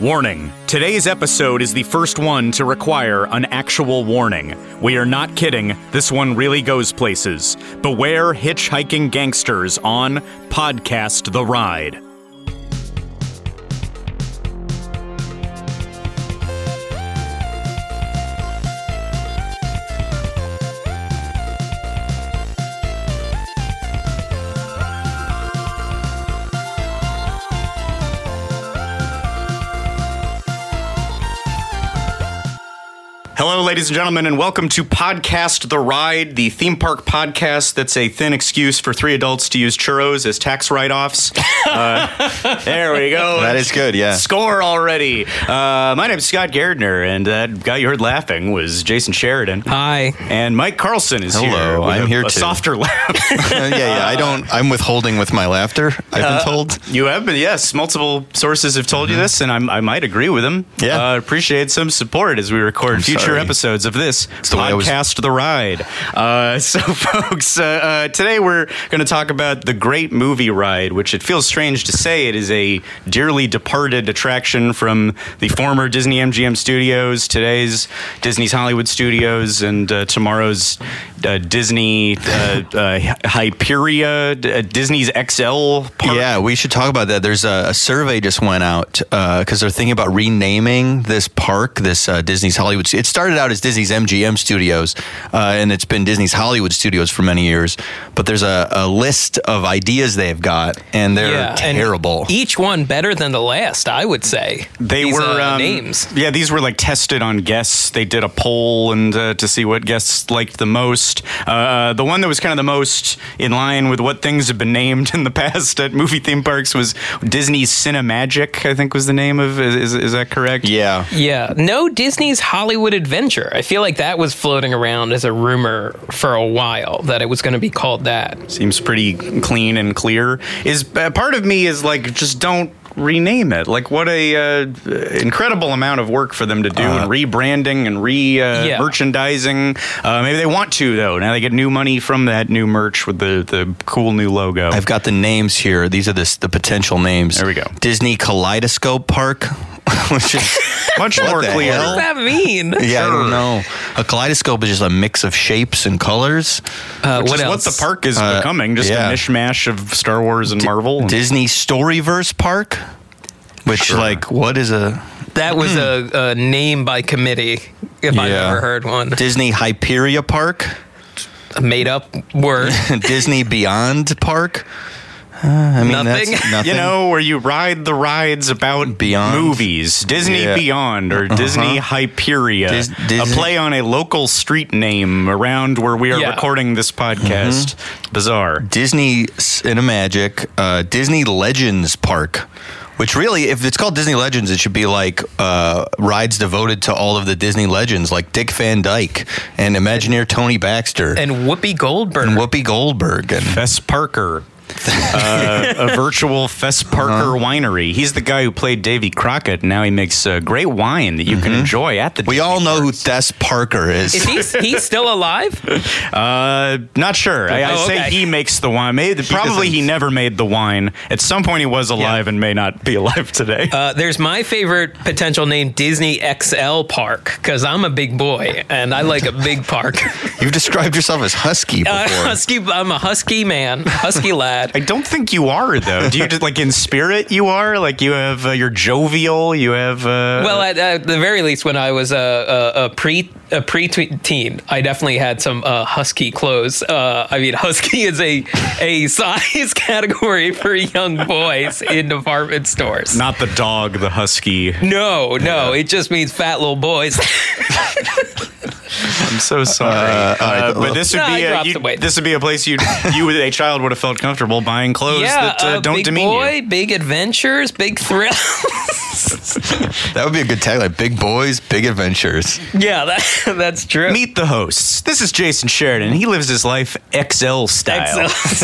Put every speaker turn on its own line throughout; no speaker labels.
Warning Today's episode is the first one to require an actual warning. We are not kidding, this one really goes places. Beware hitchhiking gangsters on Podcast The Ride. Hello, ladies and gentlemen, and welcome to Podcast The Ride, the theme park podcast that's a thin excuse for three adults to use churros as tax write offs. there we go.
That is good, yeah.
Score already. Uh, my name's Scott Gardner, and that guy you heard laughing was Jason Sheridan.
Hi.
And Mike Carlson is
Hello,
here. with
I'm
a,
here
a
too.
softer laugh.
yeah, yeah. I don't. I'm withholding with my laughter. I've been
Uh,
told.
you have, but yes, multiple sources have told you this, and I'm, I might agree with them.
Mm-hmm. Yeah.
uh, appreciate some support as we record future
sorry.
episodes of this
the way I was-
podcast, The Ride. Uh, so, folks, uh, uh, today we're going to talk about the Great Movie Ride, which it feels strange to say it is a dearly departed attraction from the former Disney MGM Studios, today's Disney's Hollywood Studios, and uh, tomorrow's uh, Disney uh, uh, Hyperia, D- uh, Disney's XL park.
Yeah, we should talk about that. There's a, a survey just went out because they're thinking about renaming this park, this uh, Disney's Hollywood. It started out as Disney's MGM Studios, uh, and it's been Disney's Hollywood Studios for many years. But there's a, a list of ideas they've got, and they're
and
terrible.
e-,
each one better than the last, I would say.
They
These,
were
uh,
um,
names.
Yeah, these were like tested on guests. They did a poll and uh, to see what guests liked the most. Uh, the one that was kind of the most in line with what things have been named in the past at movie theme parks was Disney's Cinemagic. I think was the name of. Is, is that correct?
yeah.
Yeah, no Disney's Hollywood Adventure. I feel like that was floating around as a rumor for a while that it was going to be called that.
seems pretty clean and clear. Is uh, part of me is like just don't rename it. Like what a uh, incredible amount of work for them to do
Uh-huh.
and rebranding and re uh,
Yeah.
merchandising. Uh, maybe they want to though. Now they get new money from that new merch with the the cool new logo.
I've got the names here. These are the, s- the potential names.
There we go.
Disney Kaleidoscope Park, which is
Much
What
more
the
clear.
hell?
What does that mean?
Yeah, I don't know. A kaleidoscope is just a mix of shapes and colors.
Uh,
Which
what
is
else?
what the park is becoming, just
Uh, yeah.
a mishmash of Star Wars and Marvel.
Disney Storyverse Park, which like what is a
That was a, a name by committee, if I've
Yeah.
ever heard one.
Disney Hyperia Park,
A made up word.
Disney Beyond Park. Uh, I mean,
Nothing.
that's nothing.
you know, where you ride the rides about
Beyond.
movies, Disney
Yeah. Uh-huh.
Beyond or Disney Hyperia,
Dis-
a
Disney-
play on a local street name around where we are
Yeah.
recording this
Mm-hmm.
podcast. Bizarre.
Disney Cinemagic, uh, Disney Legends Park, which really, if it's called Disney Legends, it should be like uh, rides devoted to all of the Disney legends, like Dick Van Dyke and Imagineer Tony Baxter and,
and Whoopi Goldberg.
Whoopi Goldberg and
Fess Parker. Uh, a virtual Fess
Uh-huh.
Parker winery. He's the guy who played Davy Crockett. Now he makes uh, great wine that you can enjoy at the.
Mm-hmm. We all know who Thess Parker is.
is he he's still alive?
Uh, not sure. I, I
Oh,
say
okay.
he makes the wine. Maybe, probably he
doesn't-
never made the wine. At some point, he was alive and may not be alive today.
Uh, there's my favorite potential name, Disney XL Park, because I'm a big boy and I like a big park.
You've described yourself as husky before.
Uh, husky, I'm a husky man, husky
I
lad.
don't think you are though. Do you just like in spirit you are? Like you have uh, you're jovial. You have uh,
Well, at, at the very least, when I was a, a, a pre a pre-teen, I definitely had some uh, husky clothes. Uh, I mean, husky is a a size category for young boys in department stores.
not the dog, the husky.
no, no, it just means fat little boys.
I'm so sorry.
Uh,
Uh,
uh,
but this would
No,
be
I
a,
dropped
you,
the weight.
this would be a place you you as a child would have felt comfortable buying clothes
yeah,
that uh,
a
don't
big
demean
boy,
you.
big adventures, big thrill.
that would be a good tag, like Big Boys, Big Adventures.
yeah, that, that's true.
Meet the hosts. This is Jason Sheridan. He lives his life XL style.
XL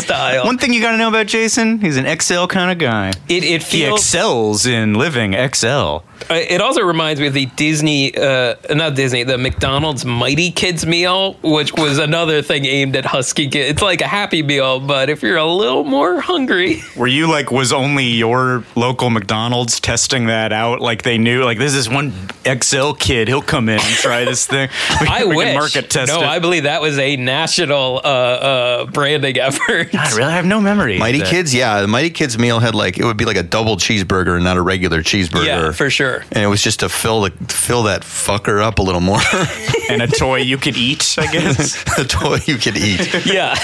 style.
One thing you got to know about Jason, he's an XL kind of guy.
it, it
He
feels
excels in living XL.
I- Uh, It also reminds me of the Disney, uh, not Disney, the McDonald's Mighty Kids meal, which was another thing aimed at husky kids. It's like a Happy Meal, but if you're a little more hungry,
Were you like, was only your local McDonald's testing that out? Like they knew, like this is one XL kid. He'll come in and try this thing. We,
I
we
wish.
can market test
no,
it.
I believe that was a national uh, uh, branding effort.
God, really, I have no memory. of
Mighty
that.
Kids, yeah, the Mighty Kids meal had like it would be like a double cheeseburger, not a regular cheeseburger.
Yeah, for sure.
And it was just to fill the fill that fucker up a little more,
and a toy you could eat. I guess.
the toy you could eat.
Yeah.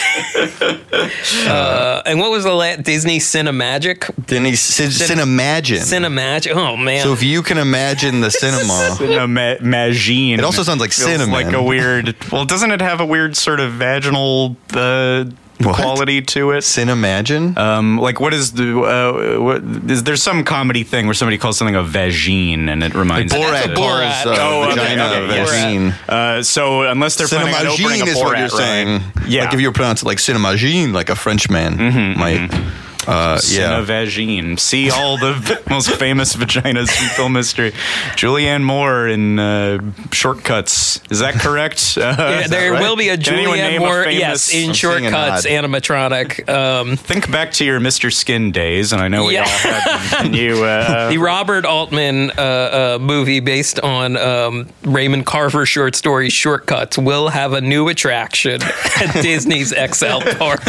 uh, and what was the last Disney Cinemagic?
Then he c- Cinimagine.
Cinemagic. Oh man.
so if you can imagine the cinema,
in a ma- magine. It
also sounds like
Feels
cinnamon.
Like a weird. Well, doesn't it have a weird sort of vaginal uh,
What?
quality to it?
Cinimagine.
Um, like what is the uh, what is there some comedy thing where somebody calls something a vagine and it reminds
Borat
me
Borat
of it.
Bor-
calls uh,
Borat.
Oh, okay,
vagina
okay, yes.
vagine.
Uh, so unless they're planning on opening
Cinemagine
a
is
Borat,
what you're
right?
saying.
Yeah,
Like if you were pronouncing like Cinemagine, like a Frenchman
Mm-hmm,
might. Uh, yeah.
Cinevagine. See all the most famous vaginas in film history. Julianne Moore in uh, Shortcuts. Is that correct? Uh,
Yeah,
is that
there
right?
will be a
Can anyone
Julianne
name a
Moore,
famous-
yes, in
I'm seeing an
shortcuts
ad.
animatronic. Um,
Think back to your Mr. Skin days, and I know we
Yeah.
all had them. And you, uh,
the Robert Altman uh, uh, movie based on um, Raymond Carver short story Shortcuts will have a new attraction at Disney's XL Park.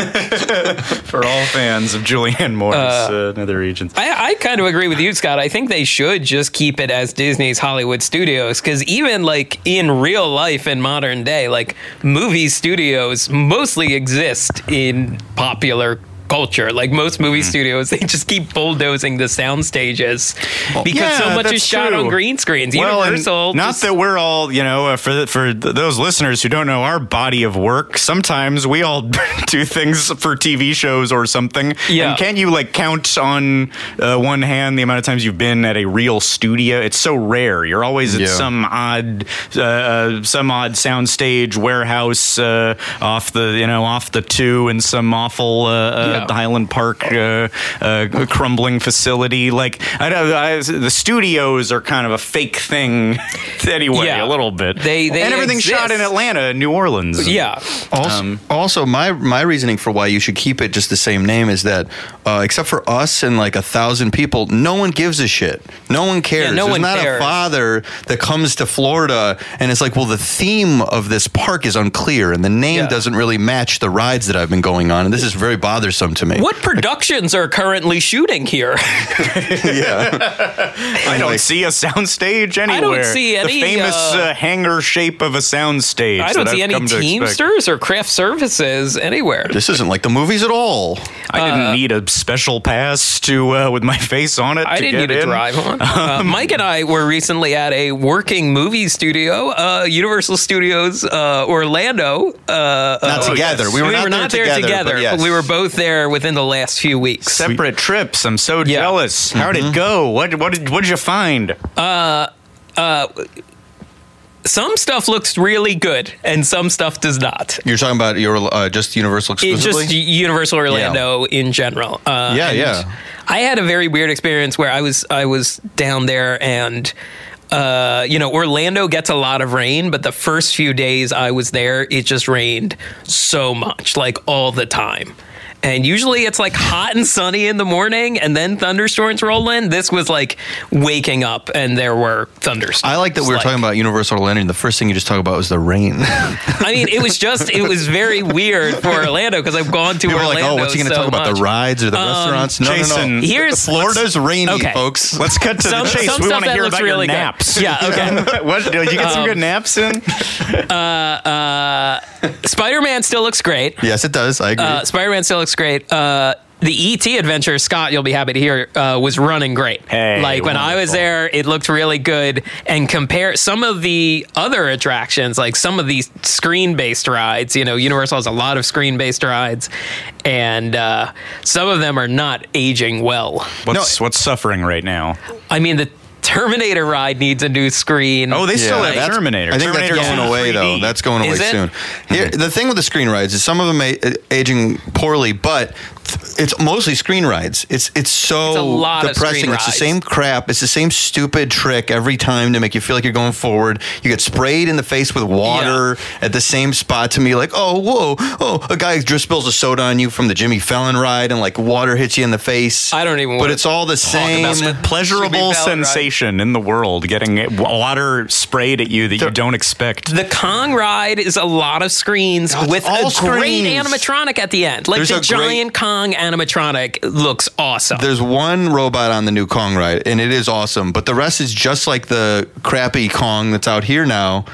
for all fans of Julianne Moore's uh, Nether Regions.
I, I kind of agree with you, Scott. I think they should just keep it as Disney's Hollywood Studios because even like in real life in modern day, like movie studios mostly exist in popular culture. Like most
Mm-hmm.
movie studios, they just keep bulldozing the sound stages because so
yeah,
much is
that's
shot on
true.
green screens.
Well, and
Universal,
not
just-
that we're all, you know, uh, for for th- those listeners who don't know our body of work, sometimes we all do things for TV shows or something.
Yeah.
And can't you like count on uh, one hand the amount of times you've been at a real studio? It's so rare. You're always at
Yeah.
some odd, uh, uh, some odd soundstage warehouse uh, off the, you know, off the two in some awful uh, uh,
Yeah.
Highland Park uh, uh, crumbling facility. Like I know I, the studios are kind of a fake thing anyway,
Yeah.
a little bit.
They- they
and everything's shot in
exist.
Atlanta, and New Orleans.
yeah.
Also,
um,
also, my my reasoning for why you should keep it just the same name is that, uh, except for us and like a thousand people, no one gives a shit. No one cares.
no
There's
one
not
cares.
a father that comes to Florida and it's like, well, the theme of this park is unclear and the name
Yeah.
doesn't really match the rides that I've been going on, and this is very bothersome to me.
What productions are currently shooting here?
yeah,
I don't see a soundstage anywhere.
don't see
the
any,
famous
uh,
uh, hangar shape of a soundstage.
I don't
that
see
I've
any
come to expect.
Teamsters or craft services anywhere.
this isn't like the movies at all.
I didn't
Uh,
need a special pass to uh, with my face on it.
I
to
didn't
get
need to
in.
drive on. Uh, Mike and I were recently at a working movie studio, uh, Universal Studios uh, Orlando. Uh,
Not
uh,
together. We were not there
there
together, but yes.
we were both there within the last few weeks.
Separate trips. I'm so
Yeah.
jealous. How'd it go? What what did what'd you find?
Some stuff looks really good, and some stuff does not.
You're talking about your uh, just Universal
It's
exclusively.
just Universal Orlando in general. Uh,
Yeah,
and
yeah.
I had a very weird experience where I was I was down there and. Uh, you know, Orlando gets a lot of rain, but the first few days I was there, it just rained so much, like all the time. And usually it's like hot and sunny in the morning, and then thunderstorms roll in. This was like waking up, and there were thunderstorms.
I like that we were
Like-
talking about Universal Orlando. and The first thing you just talk about was the rain.
I mean, it was just it was very weird for Orlando because I've gone to
People are
Orlando.
like, oh, what's he going to
so
talk about?
much. Um,
The rides or the restaurants? No, no,
Jason,
no.
Here's
Florida's rainy,
Okay.
folks.
Let's cut to
Some-
the chase.
some
we
stuff
want to
that
hear
looks
about your
really good.
naps.
Yeah, okay.
what did you get some good naps in?
Spider Man still looks great.
Yes, it does. I agree.
Uh, Spider Man still looks great. Uh, the ET adventure, Scott, you'll be happy to hear, uh, was running great.
Hey,
like when I was
wonderful.
there, it looked really good. And compare some of the other attractions, like some of these screen based rides, you know, Universal has a lot of screen based rides, and uh, some of them are not aging well.
What's what's suffering right now?
I mean, the Terminator ride needs a new screen.
Oh, they
Yeah,
still have
that's-
Terminator.
I think
Terminator
that's going away, though. That's going away
Is it?
soon. Here, the thing with the screen rides is some of them a- aging uh, poorly, but it's mostly screen rides. It's it's so
It's a lot of
depressing.
screen
it's the
rides.
same crap. It's the same stupid trick every time to make you feel like you're going forward. You get sprayed in the face with water at the same spot to me, like, oh, whoa, oh, a guy just spills a soda on you from the Jimmy Fallon ride, and like water hits you in the face.
I don't even
But
wanna
it's all the same.
It's the pleasurable
Should be valid, right?
sensation in the world getting water sprayed at you that you don't expect.
The Kong ride is a lot of screens
it's
with a
all
great
screens.
animatronic at the end. Like
There's
the
a great-
giant Kong animatronic looks awesome.
There's one robot on the new Kong ride, and it is awesome. But the rest is just like the crappy Kong that's out here now.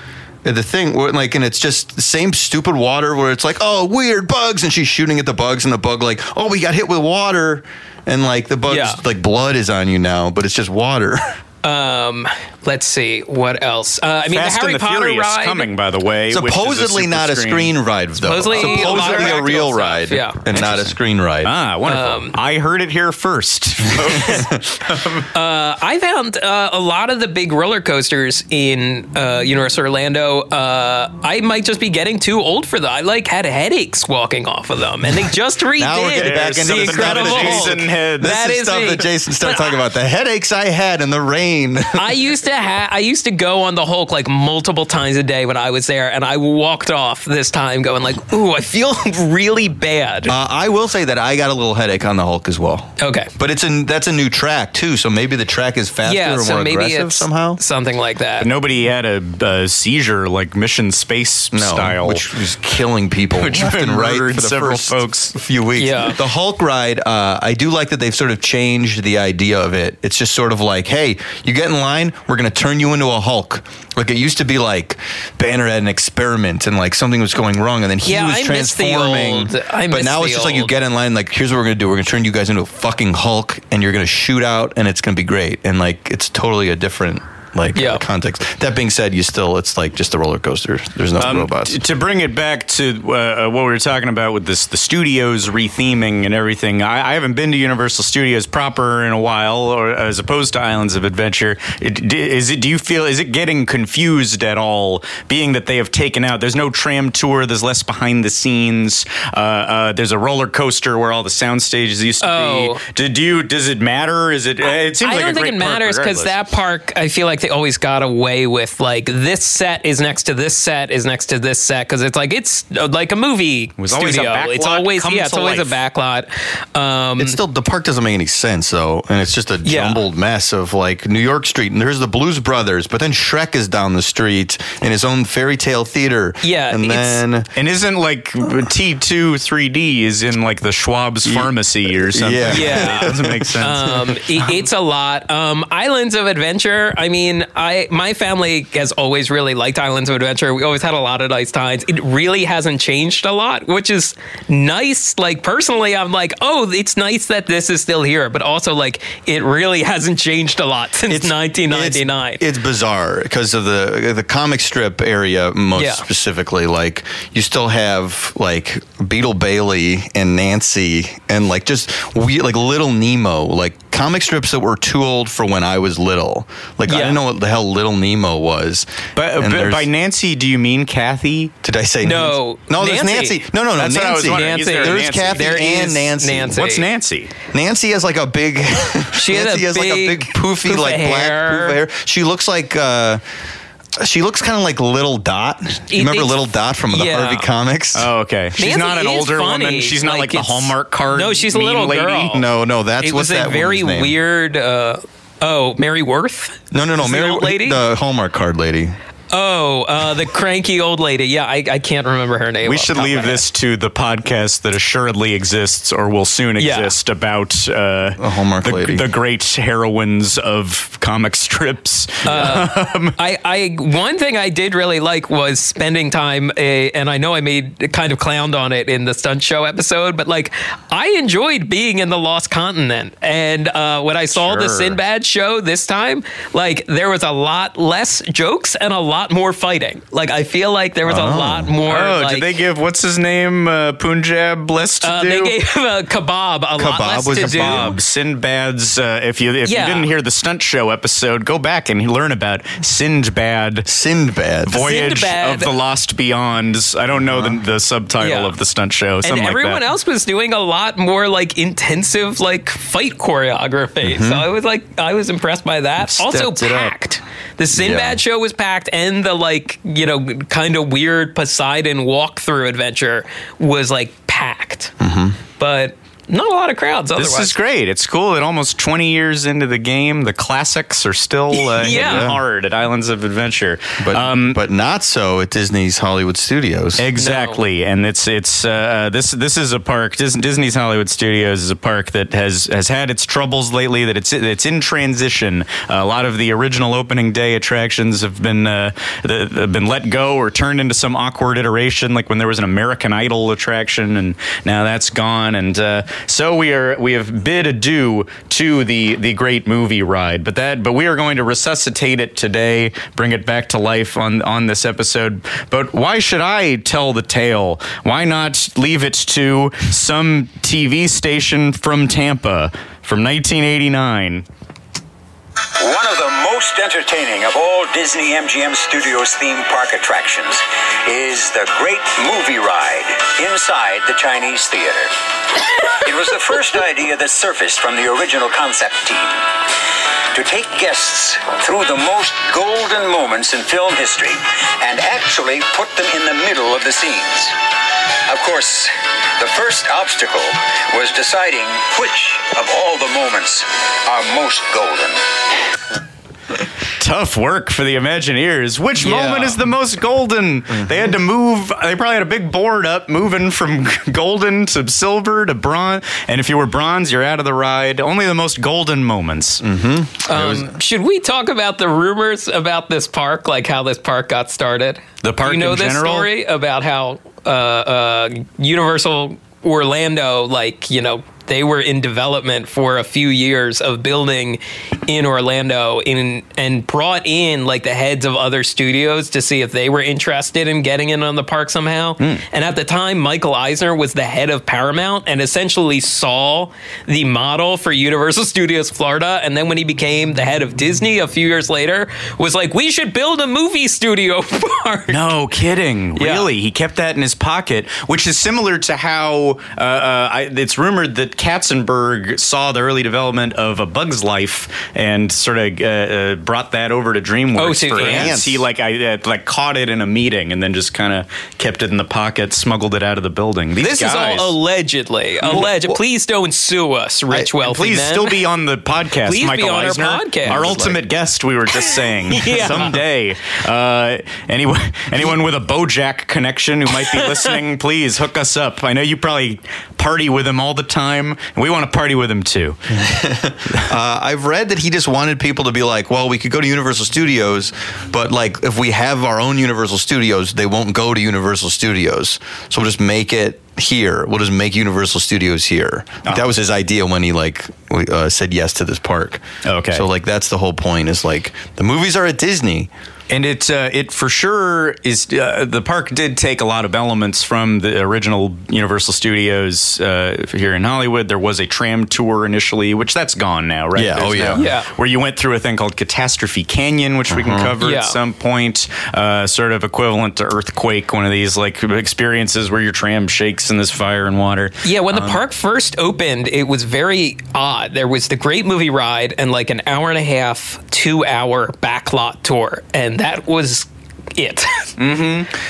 And The thing, where, like, and it's just the same stupid water where it's like, oh, weird bugs, and she's shooting at the bugs, and the bug like, oh, we got hit with water, and like the bugs,
Yeah.
like blood is on you now, but it's just water.
Um, let's see what else. Uh, I mean,
Fast
the Harry
and the
Potter
Furious
ride.
coming, by the way. which is a
supposedly
super
not a screen ride, though.
Supposedly a lot of
supposedly a,
practical
real
stuff,
ride,
yeah.
and not a screen ride.
Ah, wonderful.
Um,
I heard it here first.
I found uh, a lot of the big roller coasters in uh, Universal Orlando. Uh, I might just be getting too old for them. I like had headaches walking off of them, and they just redid
Now we're getting back into
the
the stuff that
Incredible
Jason
Hulk.
had. This
That
this is
is
stuff
me.
that Jason started talking about. The headaches I had in the rain.
I used to ha- I used to go on the Hulk like multiple times a day when I was there, and I walked off this time going like, "Ooh, I feel really bad."
Uh, I will say that I got a little headache on the Hulk as well.
Okay.
But it's a that's a new track too, so maybe the track is faster
yeah,
or
so
more
maybe
aggressive
it's
somehow.
something like that.
Nobody had a, a seizure like Mission Space style.
which was killing people
Which
left and right
murdered
for the
several
first
folks.
few weeks.
Yeah.
The Hulk ride, uh, I do like that they've sort of changed the idea of it. It's just sort of like, hey, you get in line, we're going to turn you into a Hulk. Like it used to be like Banner had an experiment and like something was going wrong, and then he
Yeah,
was
I miss the
transforming.
old- I
but
miss
now
the
it's just like you
old.
get in line, like here's what we're going to do: we're going to turn you guys into a fucking Hulk, and you're going to shoot out, and it's going to be great. And like it's totally a different. Like
Yeah.
context. That being said, you still it's like just the roller coaster. There's no
Um,
robots.
t- to bring it back to uh, uh, what we were talking about with this, the studios retheming and everything. I, I haven't been to Universal Studios proper in a while, or as opposed to Islands of Adventure. It, d- is it? Do you feel? Is it getting confused at all? Being that they have taken out, there's no tram tour. There's less behind the scenes. Uh, uh, there's a roller coaster where all the sound stages used to
Oh.
be. Did you? Does it matter? Is it? It seems
I
like
don't
a
think
great
it
park
matters because
regardless.
that park, I feel like they always got away with like this set is next to this set is next to this set because it's like it's uh, like a movie
was always a
studio.
back
it's
lot
always
come
yeah, it's
to
always a
life.
backlot. Um,
It's still the park doesn't make any sense though, and it's just a
Yeah.
jumbled mess of like New York Street, and there's the Blues Brothers, but then Shrek is down the street in his own fairy tale theater.
Yeah,
and
it's-
then
And isn't like T2 3D is in like the Schwab's pharmacy or something?
Yeah.
Yeah.
It doesn't make sense.
um, i- it's a lot. Um, Islands of Adventure. I mean, I my family has always really liked Islands of Adventure. We always had a lot of nice times. It really hasn't changed a lot, which is nice. Like personally, I'm like, oh, it's nice that this is still here, but also like it really hasn't changed a lot since 1999.
It's, it's bizarre because of the the comic strip area most
Yeah.
specifically. Like you still have like Beetle Bailey and Nancy and like just we like Little Nemo, like comic strips that were too old for when I was little. Like I
Yeah.
didn't know what the hell Little Nemo was.
but
And
but
there's-
by Nancy, do you mean Kathy?
Did I say
No,
Nancy? No, there's
Nancy.
Nancy. No, no, no,
That's what I was
Nancy.
wondering.
Nancy.
Is there a
There's
Nancy?
Kathy
There
and
is
Nancy.
Nancy.
What's Nancy?
Nancy has like a big. She
has
Nancy
a
has like a big
big
poofy,
poof of
like black
hair.
poof of hair. She looks like. uh she looks kind of like Little Dot. Do you
It-
remember
it's-
Little Dot from the
yeah.
Harvey comics?
Oh, okay. She's
Nancy
not an
is
older
funny.
woman. She's not like,
Like,
the
it's-
Hallmark card.
No, she's a
mean
little
lady.
girl.
No, no, that's
it
what's
was
that
a very
woman's name?
weird. Uh, oh, Mary Worth.
No, no, no,
Is the
Mary,
old lady?
the Hallmark card lady.
Oh, uh, the cranky old lady. Yeah, I, I can't remember her name.
We
off
should
the top of my
leave
head.
this to the podcast that assuredly exists or will soon
Yeah.
exist about uh,
A Hallmark
the,
lady.
the great heroines of comic strips.
I, I one thing I did really like was spending time, uh, and I know I made kind of clowned on it in the stunt show episode, but like I enjoyed being in the Lost Continent, and uh, when I saw the
Sure.
Sinbad show this time, like there was a lot less jokes and a lot lot more fighting. Like I feel like there was a lot more.
Oh,
like,
did they give what's his name uh, Punjab less to
uh,
do?
they gave uh, Kebab a lot
Kebab
less
was
to
a
do.
Bob Um, Sinbad's. Uh, if you if
Yeah.
you didn't hear the stunt show episode, go back and learn about Sinbad.
Sinbad.
Voyage
Sinbad. Uh-huh.
of the Lost Beyonds. I don't know the, the subtitle
Yeah.
of the stunt show. Something
And
like
everyone
that.
else was doing a lot more like intensive like fight choreography.
Mm-hmm.
So I was like I was impressed by that. also
stepped it up.
packed. The Sinbad
Yeah.
show was packed and the like, you know, kind of weird Poseidon walkthrough adventure was like packed. But not a lot of crowds otherwise.
Mm-hmm. This is great. It's cool that almost 20 years into the game, the classics are still uh,
Yeah.
hitting hard at Islands of Adventure.
But,
um,
but not so at Disney's Hollywood Studios.
Exactly, and it's it's uh, this this is a park. Dis- Disney's Hollywood Studios is a park that has has had its troubles lately. That it's it's in transition. a lot of the original opening day attractions have been uh, th- have been let go or turned into some awkward iteration, like when there was an American Idol attraction, and now that's gone. And uh, so we are we have bid adieu to the the great movie ride, but that but we are going to resuscitate it today, bring it back to life on on this episode. But why should I tell the tale? Why not leave it to some TV station from Tampa from 1989?
One of the most entertaining of all Disney MGM Studios theme park attractions is the Great Movie Ride inside the Chinese Theater. it was the first idea that surfaced from the original concept team to take guests through the most golden moments in film history and actually put them in the middle of the scenes. Of course, the first obstacle was deciding which of all the moments are most golden.
Tough work for the Imagineers. Which
Yeah.
moment is the most golden? They had to move. They probably had a big board up, moving from golden to silver to bronze. And if you were bronze, you're out of the ride. Only the most golden moments.
Um, should we talk about the rumors about this park, like how this park got started?
The park
You know
in
this
general?
story about how uh, uh, Universal Orlando, like you know, they were in development for a few years of building in Orlando, in and brought in like the heads of other studios to see if they were interested in getting in on the park somehow. And at the time, Michael Eisner was the head of Paramount and essentially saw the model for Universal Studios Florida. And then when he became the head of Disney a few years later, was like, we should build a movie studio park.
No kidding.
Yeah.
Really? He kept that in his pocket, which is similar to how uh, uh, I, it's rumored that Katzenberg saw the early development of A Bug's Life and sort of uh, uh, brought that over to DreamWorks
Oh, to
for
Ants.
He like I uh, like caught it in a meeting and then just kind of kept it in the pocket, smuggled it out of the building. These
This
guys-
is all allegedly. Alleged. please don't sue us, rich
I-
wealthy
Please
men.
still be on the podcast,
Please be
Michael
on our
Eisner.
podcast.
Our ultimate guest, we were just saying.
Yeah.
Someday. Uh, anyone, anyone with a Bojack connection who might be listening, please hook us up. I know you probably party with him all the time, and we want to party with him too.
Uh, I've read that he just wanted people to be like, well, we could go to Universal Studios, but like if we have our own Universal Studios, they won't go to Universal Studios. So we'll just make it here. We'll just make Universal Studios here.
Ah.
That was his idea when he like we- uh, said yes to this park.
Okay.
So like that's the whole point is like the movies are at Disney.
And it uh, it for sure is uh, the park did take a lot of elements from the original Universal Studios uh, here in Hollywood. There was a tram tour initially, which that's gone now, right?
Yeah, oh, yeah.
now-
Yeah.
Where you went through a thing called Catastrophe Canyon, which we
Uh-huh.
can cover
Yeah.
at some point, uh, sort of equivalent to earthquake, one of these like experiences where your tram shakes in this fire and water.
Yeah, when the
Um,
park first opened, it was very odd. There was the great movie ride and like an hour and a half, two hour backlot tour, and that was it.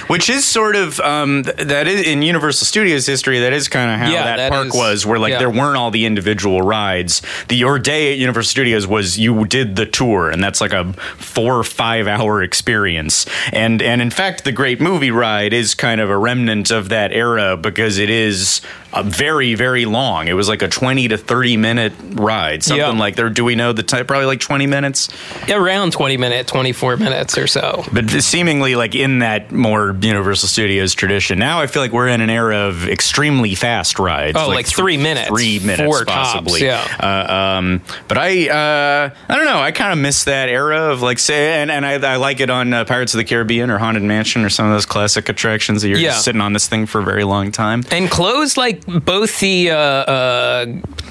which is sort of um, th- that is in Universal Studios history. That is kind of how
Yeah,
that,
that
park
is-
was, where like
yeah.
there weren't all the individual rides. The your day at Universal Studios was you did the tour, and that's like a four or five hour experience. And and in fact, the Great Movie Ride is kind of a remnant of that era because it is uh, very very long. It was like a twenty to thirty minute ride, something
Yeah.
like there. Do we know the time? Probably like twenty minutes,
around 20 minutes, 24 minutes or so.
but seemingly like in that more Universal Studios tradition. Now I feel like we're in an era of extremely fast rides.
Oh, like
th-
three minutes,
three minutes
four tops,
possibly.
yeah.
Uh, um, but I, uh, I don't know. I kind of miss that era of like say, and, and I, I like it on uh, Pirates of the Caribbean or Haunted Mansion or some of those classic attractions that you're
Yeah.
just sitting on this thing for a very long time.
And closed like both the uh, uh,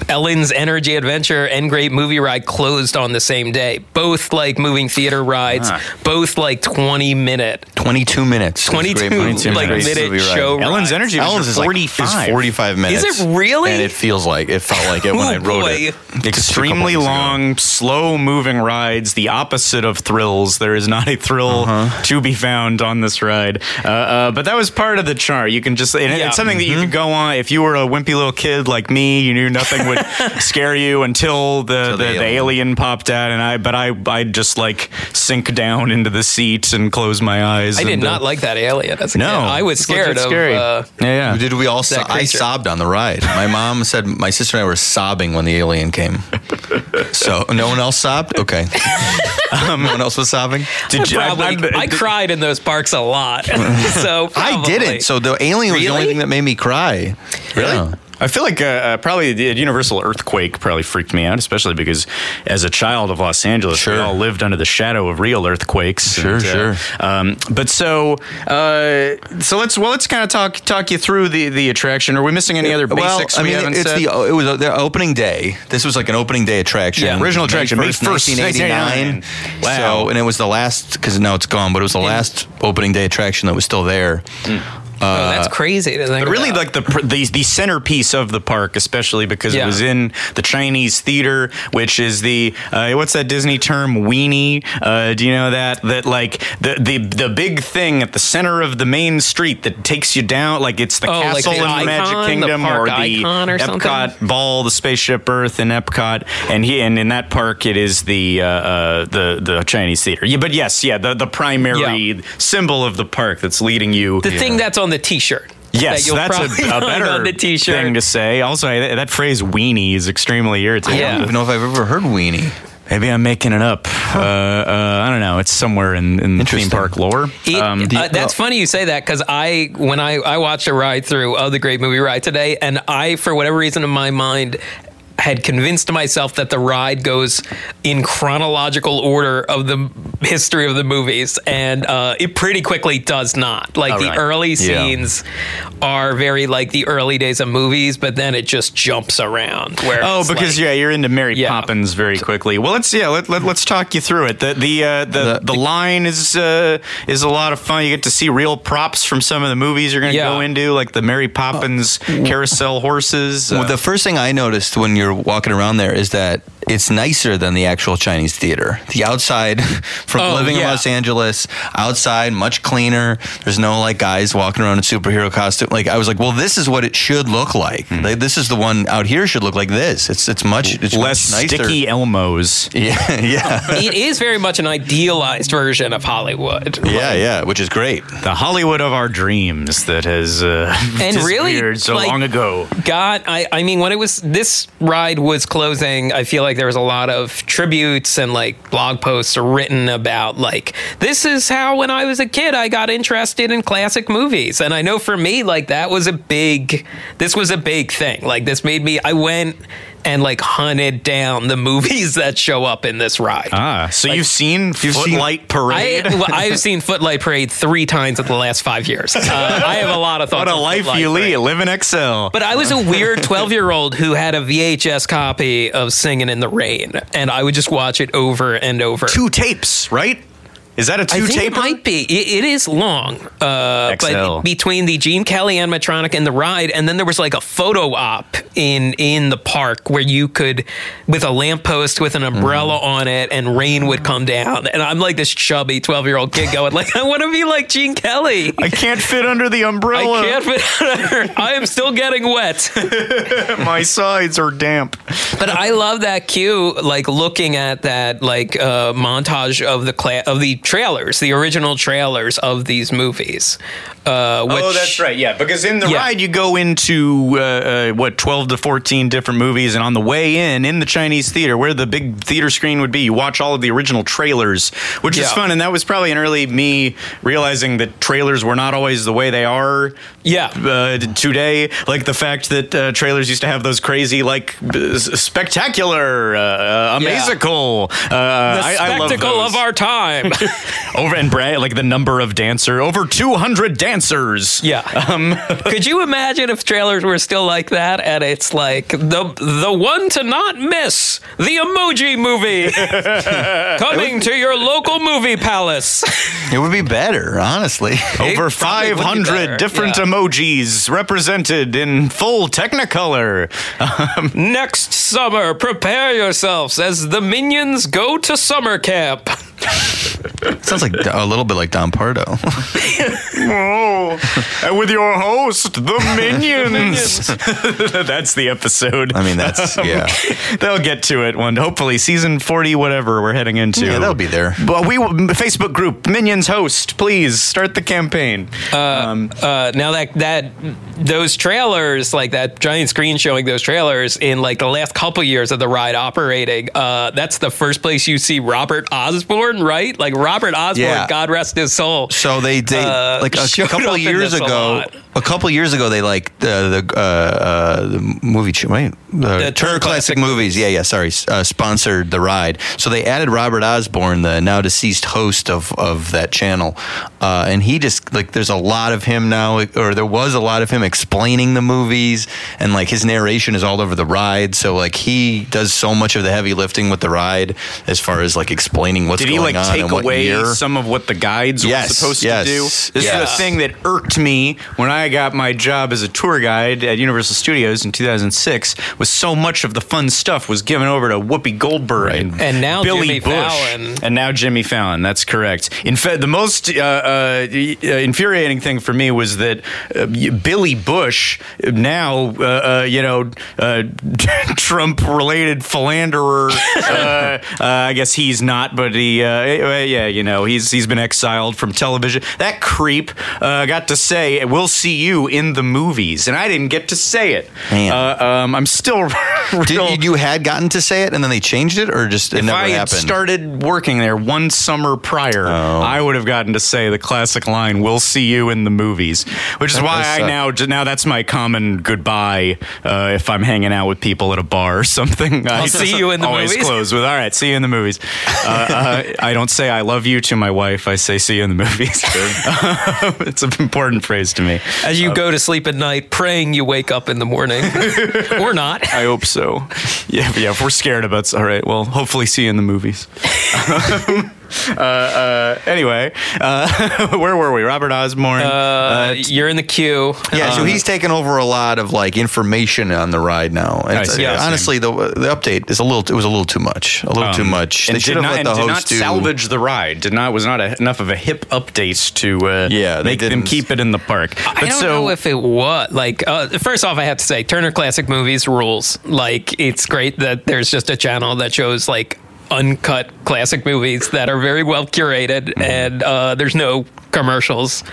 Ellen's Energy Adventure and Great Movie Ride closed on the same day. Both like moving theater rides,
Ah.
both like 20 minute,
22 minutes. is a great
22,
like,
Great
minute
movie ride.
show ride.
Ellen's Energy
Ellen's
was
is 45.
45.
Like, is 45 minutes.
it really?
And it feels like it felt like it when
Oh,
I wrote
boy.
it. Just a couple
extremely
weeks ago.
long, slow moving rides, the opposite of thrills. There is not a thrill
Uh-huh.
to be found on this ride. Uh, uh, but that was part of the charm. You can just, and it-
Yeah.
it's something that you could
Mm-hmm.
go on. If you were a wimpy little kid like me, you knew nothing would scare you until the, the,
Till the
the alien.
alien.
popped out. And I, but I, I'd just like sink down into the seat and close my eyes.
I did
and, uh,
not like that alien. As a
No,
kid. I was
it's legit
scared of.
scary.
Uh,
Yeah, yeah.
Did we all? So- I
creature.
sobbed on the ride. My mom said my sister and I were sobbing when the alien came. So no one else sobbed. Okay, Um, no one else was sobbing.
Did you- I-
probably,
I-
I, cried in those parks a lot. so
I
probably.
didn't. So the alien was the only
Really?
thing that made me cry. Really?
I feel like uh, uh, probably the Universal earthquake probably freaked me out, especially because as a child of Los Angeles, we
Sure.
all lived under the shadow of real earthquakes.
Sure,
uh,
sure.
Um, but so, uh, so let's well, let's kind of talk talk you through the the attraction. Are we missing any other basics we haven't
it's
said?
the it was their opening day. This was like an opening day attraction.
Yeah.
Original attraction, May 1st,
1989.
1989. Wow.
So, and it was the last because now it's gone, but it was the last opening day attraction that was still there.
Mm.
Oh,
uh,
that's crazy. To think
But really,
about.
like the, pr- the the centerpiece of the park, especially because it
Yeah.
was in the Chinese theater, which is the uh, what's that Disney term weenie? Uh, do you know that that like the, the the big thing at the center of the main street that takes you down, like it's the
Oh, like
castle
the
in the
icon,
Magic
the
Kingdom
park
or the
icon or something?
Epcot ball, the spaceship Earth in Epcot, and he and in that park it is the uh, uh, the the Chinese theater. Yeah, but yes, yeah, the the primary symbol of the park that's leading you.
the thing that's on the T-shirt.
Yes,
that you'll
that's
probably
a, a
find
better
on the T-shirt.
thing to say. Also, I, that phrase "weenie" is extremely irritating.
I
Yeah.
don't even know if I've ever heard weenie.
Maybe I'm making it up. Uh, uh, I don't know. It's somewhere in, in the theme
Interesting.
park lore.
It-
Um,
uh, that's funny you say that because I when I I watched a ride through of the Great Movie Ride today, and I for whatever reason in my mind had convinced myself that the ride goes in chronological order of the history of the movies, and uh, it pretty quickly does not. Like
Oh,
the
really?
early
Yeah.
scenes are very like the early days of movies, but then it just jumps around. Where
Oh,
it's
because
like-
yeah, you're into Mary
Yeah.
Poppins very quickly. Well, let's yeah, let, let, let's talk you through it. The the uh, the, the,
The-
line is uh, is a lot of fun. You get to see real props from some of the movies you're going to
Yeah.
go into, like the Mary Poppins carousel horses. Uh,
Oh. Well, the first thing I noticed when you're walking around there is that it's nicer than the actual Chinese theater. The outside, from
Oh,
living in
yeah.
Los Angeles, outside much cleaner. There's no like guys walking around in superhero costume. Like I was like, well, this is what it should look like. Like, this is the one out here should look like this. It's it's much it's
less
much nicer.
sticky Elmos.
Yeah, yeah,
it is very much an idealized version of Hollywood.
yeah, yeah, which is great.
the Hollywood of our dreams that has uh,
And really,
disappeared so
like-
long ago.
God, I, I mean, when it was this ride was closing, I feel like there was a lot of tributes and like blog posts written about like this is how when I was a kid I got interested in classic movies, and I know for me like that was a big, this was a big thing. Like this made me, I went and like hunted down the movies that show up in this ride.
Ah, so you've seen Footlight
I,
Parade?
well, I have seen Footlight Parade three times in the last five years. Uh, I have a lot of thoughts.
what a
on
life
Footlight
you
Parade.
lead! Live in Excel.
But I was a weird 12 year old who had a VHS copy of Singing in the Rain, and I would just watch it over and over.
two tapes, right? Is that a
I
two
think it
tape?
might be. It, it is long, uh,
XL.
but between the Gene Kelly animatronic and the ride, and then there was like a photo op in in the park where you could, with a lamppost with an umbrella
Mm-hmm.
on it, and rain would come down. And I'm like this chubby 12 year old kid going like, I want to be like Gene Kelly.
I can't fit under the
I
umbrella.
can't fit. I am still getting wet.
My sides are damp.
But I love that cue, like looking at that like uh, montage of the cla- of the trailers, the original trailers of these movies. Uh, which,
oh, that's right. Yeah, because in the
Yeah.
ride you go into uh, uh, what twelve to fourteen different movies, and on the way in, in the Chinese theater where the big theater screen would be, you watch all of the original trailers, which is
Yeah.
fun. And that was probably an early me realizing that trailers were not always the way they are.
Yeah.
uh, today, like the fact that uh, trailers used to have those crazy, like b- s- spectacular, uh, uh,
Yeah.
amazical. Uh,
The
I, I love
spectacle
those.
of our time.
over and brand like the number of dancer over two hundred dancers.
Yeah.
Um,
Could you imagine if trailers were still like that and it's like the the one to not miss, the emoji movie coming to your local movie palace.
It would be better, honestly.
Over
It probably would be
500
better,
different
yeah.
emojis represented in full Technicolor.
Next summer, prepare yourselves as the minions go to summer camp.
Sounds like a little bit like Don Pardo.
and with your host, the Minions. That's the episode.
I mean, that's yeah.
They'll get to it one. Hopefully, season forty, whatever we're heading into.
Yeah, they'll be there.
But we Facebook group Minions host, please start the campaign.
Uh, now that that those trailers, like that giant screen showing those trailers in like the last couple years of the ride operating, uh, that's the first place you see Robert Osborne, right? Like Robert Osborne,
Yeah.
God rest his soul.
So they they
Uh,
like a
showed
couple
up in
years
this a
ago.
lot.
A, couple years ago, they like the the, uh, uh, the movie ch- wait the,
The
Turner Classic Movies. Yeah, yeah. Sorry, s- uh, sponsored the ride. So they added Robert Osborne, the now deceased host of of that channel, uh, and he just like there's a lot of him now, or there was a lot of him explaining the movies, and like his narration is all over the ride. So like he does so much of the heavy lifting with the ride as far as like explaining what's
Did he
going
like
on
take
and what
away
year.
some of what the guides were
Yes,
supposed
yes,
to do? This is
yes.
a thing that irked me when I got my job as a tour guide at Universal Studios in 2006. Was so much of the fun stuff was given over to Whoopi Goldberg and,
And now
Billy
Jimmy
Bush,
Fallon.
and now Jimmy Fallon. That's correct. In fact, the most uh, uh, uh, infuriating thing for me was that uh, y- Billy Bush uh, now, uh, uh, you know, uh, Trump-related philanderer. uh, uh, I guess he's not, but he, uh, eh, yeah, you know, he's he's been exiled from television. That creep uh, got to say, "We'll see you in the movies," and I didn't get to say it.
Man.
Uh, um, I'm still real.
Did you, you had gotten to say it and then they changed it, or just it
If
never
I had
happened?
started working there one summer prior, I would have gotten to say the classic line, "We'll see you in the movies," which is
That
why
does
I
suck.
now now that's my common goodbye uh, if I'm hanging out with people at a bar or something. I'll
see you in the
always
movies.
close with "All right, see you in the movies." Uh, uh, I don't say "I love you" to my wife. I say "See you in the movies." it's an important phrase to me.
As you go to sleep at night, praying you wake up in the morning, or not. Uh,
I hope so. Yeah, yeah. If we're scared about, all right. Well, hopefully, see you in the movies. uh, uh, anyway, uh, where were we? Robert Osborne.
Uh, you're in the queue.
yeah, so he's taken over a lot of like information on the ride now. And
I
it's-
see, I see.
honestly, the the update is a little. It was a little too much. A little too much. They
Um, and
should
did
have
not,
let
and
the
did not
host do.
salvage the ride. Did not was not a, enough of a hip update to uh,
Yeah, they
make them
didn't.
keep it in the park.
I don't know if it was like. Uh, first off, I have to say Turner Classic Movies rules. Like, it's great that there's just a channel that shows like uncut classic movies that are very well curated, and uh, there's no commercials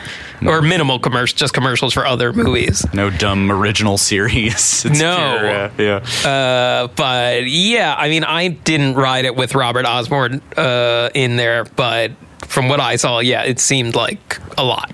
or minimal commercials, just commercials for other movies.
no dumb original series. It's
No.
pure, uh, yeah.
Uh, but yeah, I mean, I didn't ride it with Robert Osborne uh, in there, but from what I saw, yeah, it seemed like a lot.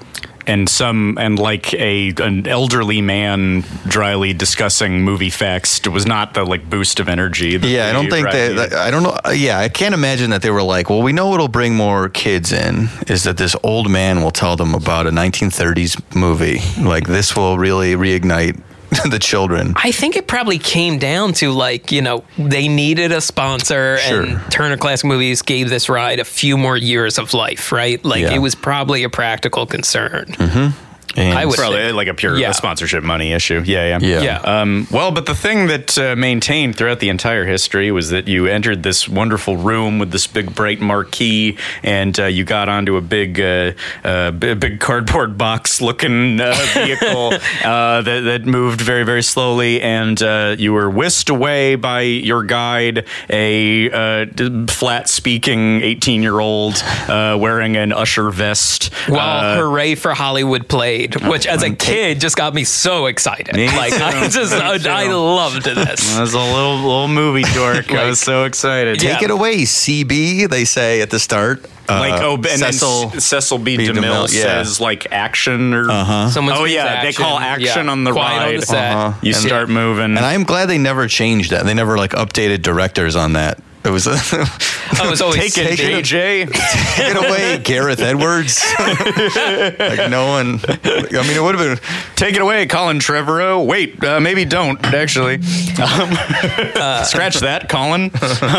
and some and like a an elderly man dryly discussing movie facts It was not the like boost of energy. that
Yeah, I
the
don't think
ride
they.
needed.
that- I don't know. uh, Yeah, I can't imagine that they were like, well, we know what'll bring more kids in is that this old man will tell them about a 1930s movie. Like this will really reignite the children.
I think it probably came down to like, you know, they needed a sponsor
Sure.
and Turner Classic Movies gave this ride a few more years of life, right? Like
Yeah.
Mm-hmm.
it was probably a practical concern.
And
I would
Probably
say.
like a pure
Yeah.
sponsorship money issue. Yeah, yeah.
Yeah.
yeah.
Um, well, but the thing that uh, maintained throughout the entire history was that you entered this wonderful room with this big bright marquee, and uh, you got onto a big, uh, uh, b- big cardboard box-looking uh, vehicle uh, that, that moved very, very slowly, and uh, you were whisked away by your guide, a uh, d- flat-speaking 18-year-old uh, wearing an usher vest. uh,
Well, hooray for Hollywood played, which as a kid just got me so excited.
Oh, Me
like I
too.
just
Me
I, I
too.
loved this.
I was a little little movie dork. I was so excited.
Yeah.
Take it away, CB. They say at the start. Uh,
like oh, and Cecil,
Cecil.
then C- Cecil B.
B.
DeMille,
DeMille, yeah.
says like action or
Someone
oh
screams
yeah, they call action
Yeah.
on the
Quiet
ride.
On the set.
Uh-huh.
You
And-
start moving.
and I'm glad they never changed that. They never like updated directors on that. It was
I was always
take it,
Take
sick.
it.
JJ.
Take it away, Gareth Edwards. like no one. I mean, it would have been.
take it away, Colin Trevorrow. Wait, uh, maybe don't actually. Um,
Uh,
scratch that, Colin.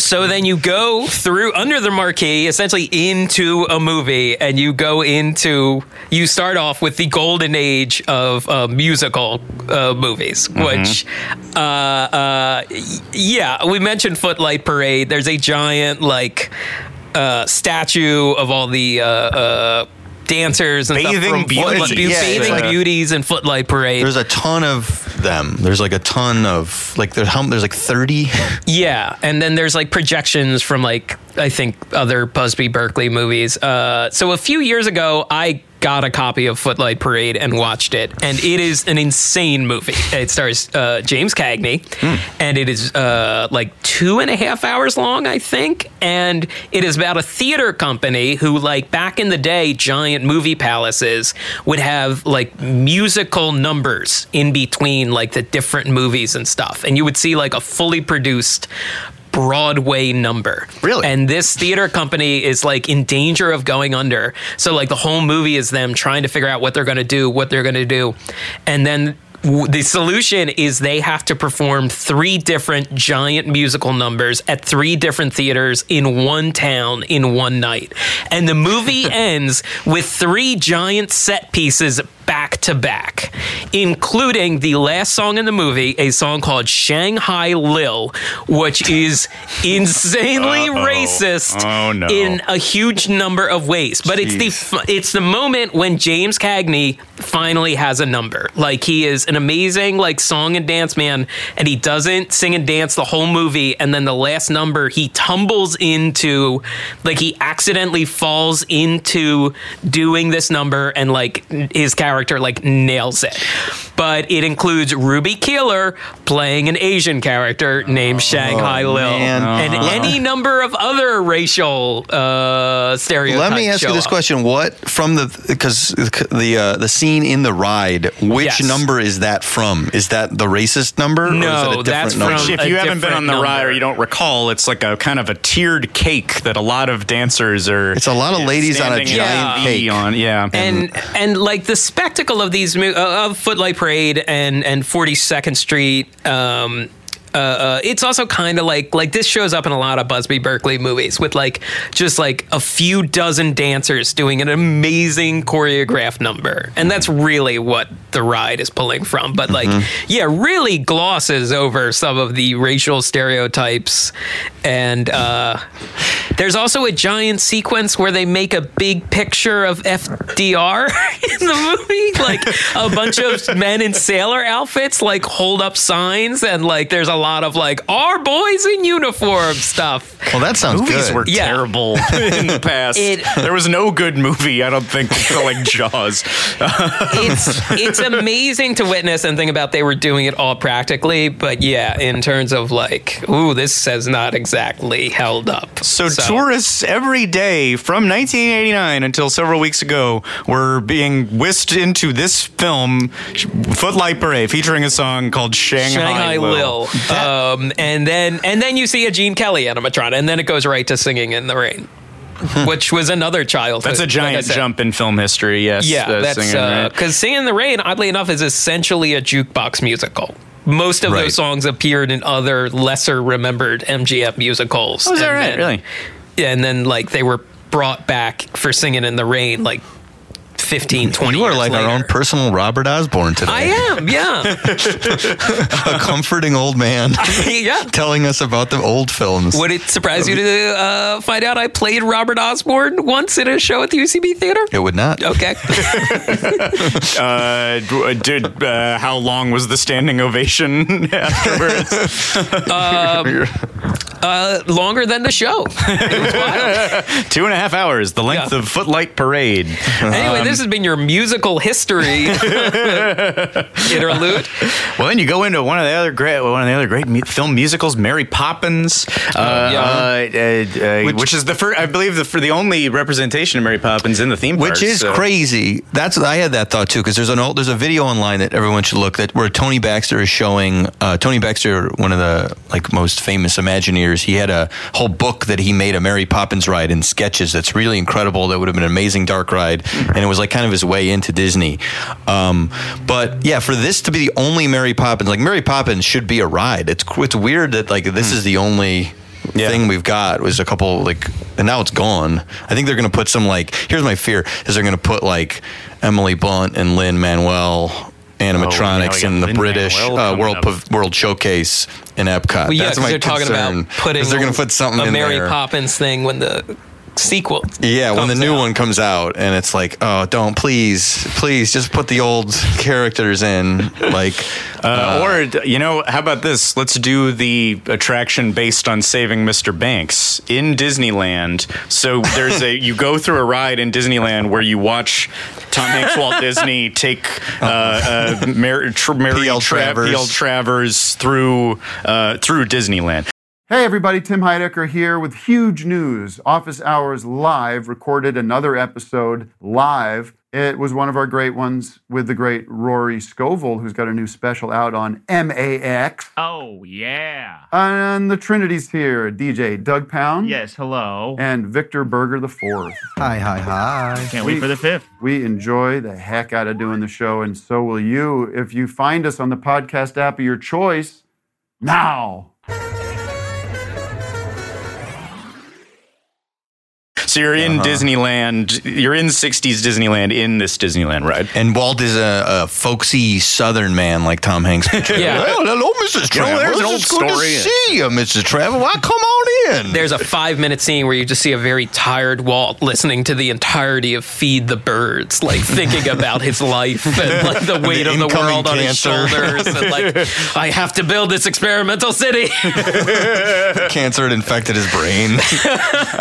So then you go through under the marquee, essentially into a movie, and you go into you start off with the golden age of uh, musical uh, movies,
Mm-hmm.
which, uh, uh, y- yeah, we mentioned Footlight Parade. There's a giant like uh, statue of all the. Uh, uh, Dancers and stuff
Bathing
from Footlight-
beauties.
Yeah,
bathing
it's a-
beauties and Footlight Parade.
There's a ton of them. There's like a ton of like there's how there's like thirty.
Yeah, and then there's like projections from like I think other Busby Berkeley movies. Uh, so a few years ago, I got a copy of Footlight Parade and watched it, and it is an insane movie. It stars uh, James Cagney, and it is uh, like two and a half hours long, I think, and it is about a theater company who, like back in the day, giant movie palaces would have like musical numbers in between like the different movies and stuff, and you would see like a fully produced Broadway number.
Really?
And this theater company is like in danger of going under. So like the whole movie is them trying to figure out what they're going to do, what they're going to do. And then w- the solution is they have to perform three different giant musical numbers at three different theaters in one town in one night. And the movie ends with three giant set pieces back to back, including the last song in the movie, a song called Shanghai Lil, which is insanely
Uh-oh.
racist
Oh, no.
in a huge number of ways. But it's the f- it's the moment when James Cagney finally has a number. Like he is an amazing like song and dance man, and he doesn't sing and dance the whole movie. And then the last number, he tumbles into like he accidentally falls into doing this number, and like n- his character like nails it. But it includes Ruby Keeler playing an Asian character
Oh,
named Shanghai Lil,
man.
and
Uh-huh.
any number of other racial uh, stereotypes.
Let me ask you
show
this
up.
question: What from the because the uh, the scene in the ride? Which
Yes.
number is that from? Is that the racist number? or is
No,
that a different
that's
number?
from-
if
A
you haven't been
different
on the ride or
number.
you don't recall, it's like a kind of a tiered cake that a lot of dancers are.
It's a lot of ladies on a
standing in
giant
line
cake.
On yeah,
And and like the spectacle of these mo- uh, of Footlight Parade and and Forty Second Street. Um, uh, uh, it's also kind of like like this shows up in a lot of Busby Berkeley movies with like just like a few dozen dancers doing an amazing choreographed number, and that's really what the ride is pulling from. But like,
Mm-hmm.
yeah, really glosses over some of the racial stereotypes, and uh, there's also a giant sequence where they make a big picture of FDR in the movie. Like a bunch of men in sailor outfits, like hold up signs, and like there's a lot of like our boys in uniform stuff.
Well, that sounds
Movies
good.
were
Yeah.
terrible in the past.
It-
there was no good movie, I don't think, until like Jaws.
It's it's amazing to witness and think about they were doing it all practically, but yeah, in terms of like, ooh, this has not exactly held up.
So, tourists every day from 1989 until several weeks ago were being whisked into this film, Footlight Parade, featuring a song called Shanghai,
Shanghai Lil. Um, and then and then you see a Gene Kelly animatron, and then it goes right to singing in the rain, which was another childhood.
Hmm. That's a
like I
giant
said.
jump in film history. Yes,
Yeah,
uh,
that's because
singing, right?
"Singing in the Rain," oddly enough, is essentially a jukebox musical. Most of
Right.
those songs appeared in other lesser remembered MGM musicals.
Oh, is that
And
right?
then-
Really?
Yeah, and then like they were brought back for "Singing in the Rain" like 15, 20
You are
years
like
later.
our own personal Robert Osborne today.
I am, yeah.
a comforting old man
yeah.
telling us about the old films.
Would it surprise you to uh, find out I played Robert Osborne once in a show at the UCB Theater?
It would not.
Okay.
Uh, d- uh, did uh, how long was the standing ovation afterwards?
Um, Uh, longer than the show. It was wild.
Two and a half hours, the length
Yeah.
of Footlight Parade.
Uh-huh.
Anyway, this has been your musical history interlude.
Well, then you go into one of the other great, one of the other great mu- film musicals, Mary Poppins, uh,
yeah.
uh, uh, uh, which,
Which-
is the first, I believe, the for the only representation of Mary Poppins in the theme park.
Which is
so-
crazy. That's I had that thought too because there's an old there's a video online that everyone should look that where Tony Baxter is showing uh, Tony Baxter one of the like most famous Imagineers. He had a whole book that he made a Mary Poppins ride in sketches that's really incredible. That would have been an amazing dark ride, and it was like kind of his way into Disney. Um, but yeah, for this to be the only Mary Poppins, like Mary Poppins should be a ride. It's it's weird that like this is the only
Yeah.
thing we've got was a couple like and now it's gone i think they're gonna put some like here's my fear is they're gonna put like emily blunt and lynn manuel
Oh, now we
animatronics
got
in the
Lin-Manuel
british uh,
coming
world
up.
pav- world showcase in epcot
Well, yeah,
that's
'cause
my
they're talking
concern
about putting
is they're gonna put something
a
in
Mary
there
Poppins thing when the sequel.
yeah when the
comes
new
out.
one comes out and it's like oh don't please please just put the old characters in like
Uh, or d- you know, how about this? Let's do the attraction based on Saving Mr. Banks in Disneyland. So there's a you go through a ride in Disneyland where you watch Tom Hanks, Walt Disney take uh, uh, Mary, Tr- Mary
P.L.
Tra-
Travers.
P.L. Travers through uh, through Disneyland.
Hey, everybody, Tim Heidecker here with huge news. Office Hours Live recorded another episode live. It was one of our great ones with the great Rory Scovel, who's got a new special out on MAX.
Oh, yeah.
And the Trinity's here DJ Doug Pound
Yes, hello.
and Victor Berger the fourth.
Hi, hi, hi.
Can't wait for the fifth.
We enjoy the heck out of doing the show, and so will you if you find us on the podcast app of your choice now.
So you're in Disneyland. You're in '60s Disneyland in this Disneyland ride.
and Walt is a, a folksy Southern man like Tom Hanks.
Yeah.
Well, hello, Mrs.
You know,
Travel.
there's an
It's
old
good
story.
to see you, Mrs. Travel. Why come on in?
There's a five minute scene where you just see a very tired Walt listening to the entirety of Feed the Birds, like thinking about his life and like the weight of the
incoming
world on his
cancer.
shoulders. And like, I have to build this experimental city.
cancer had infected his brain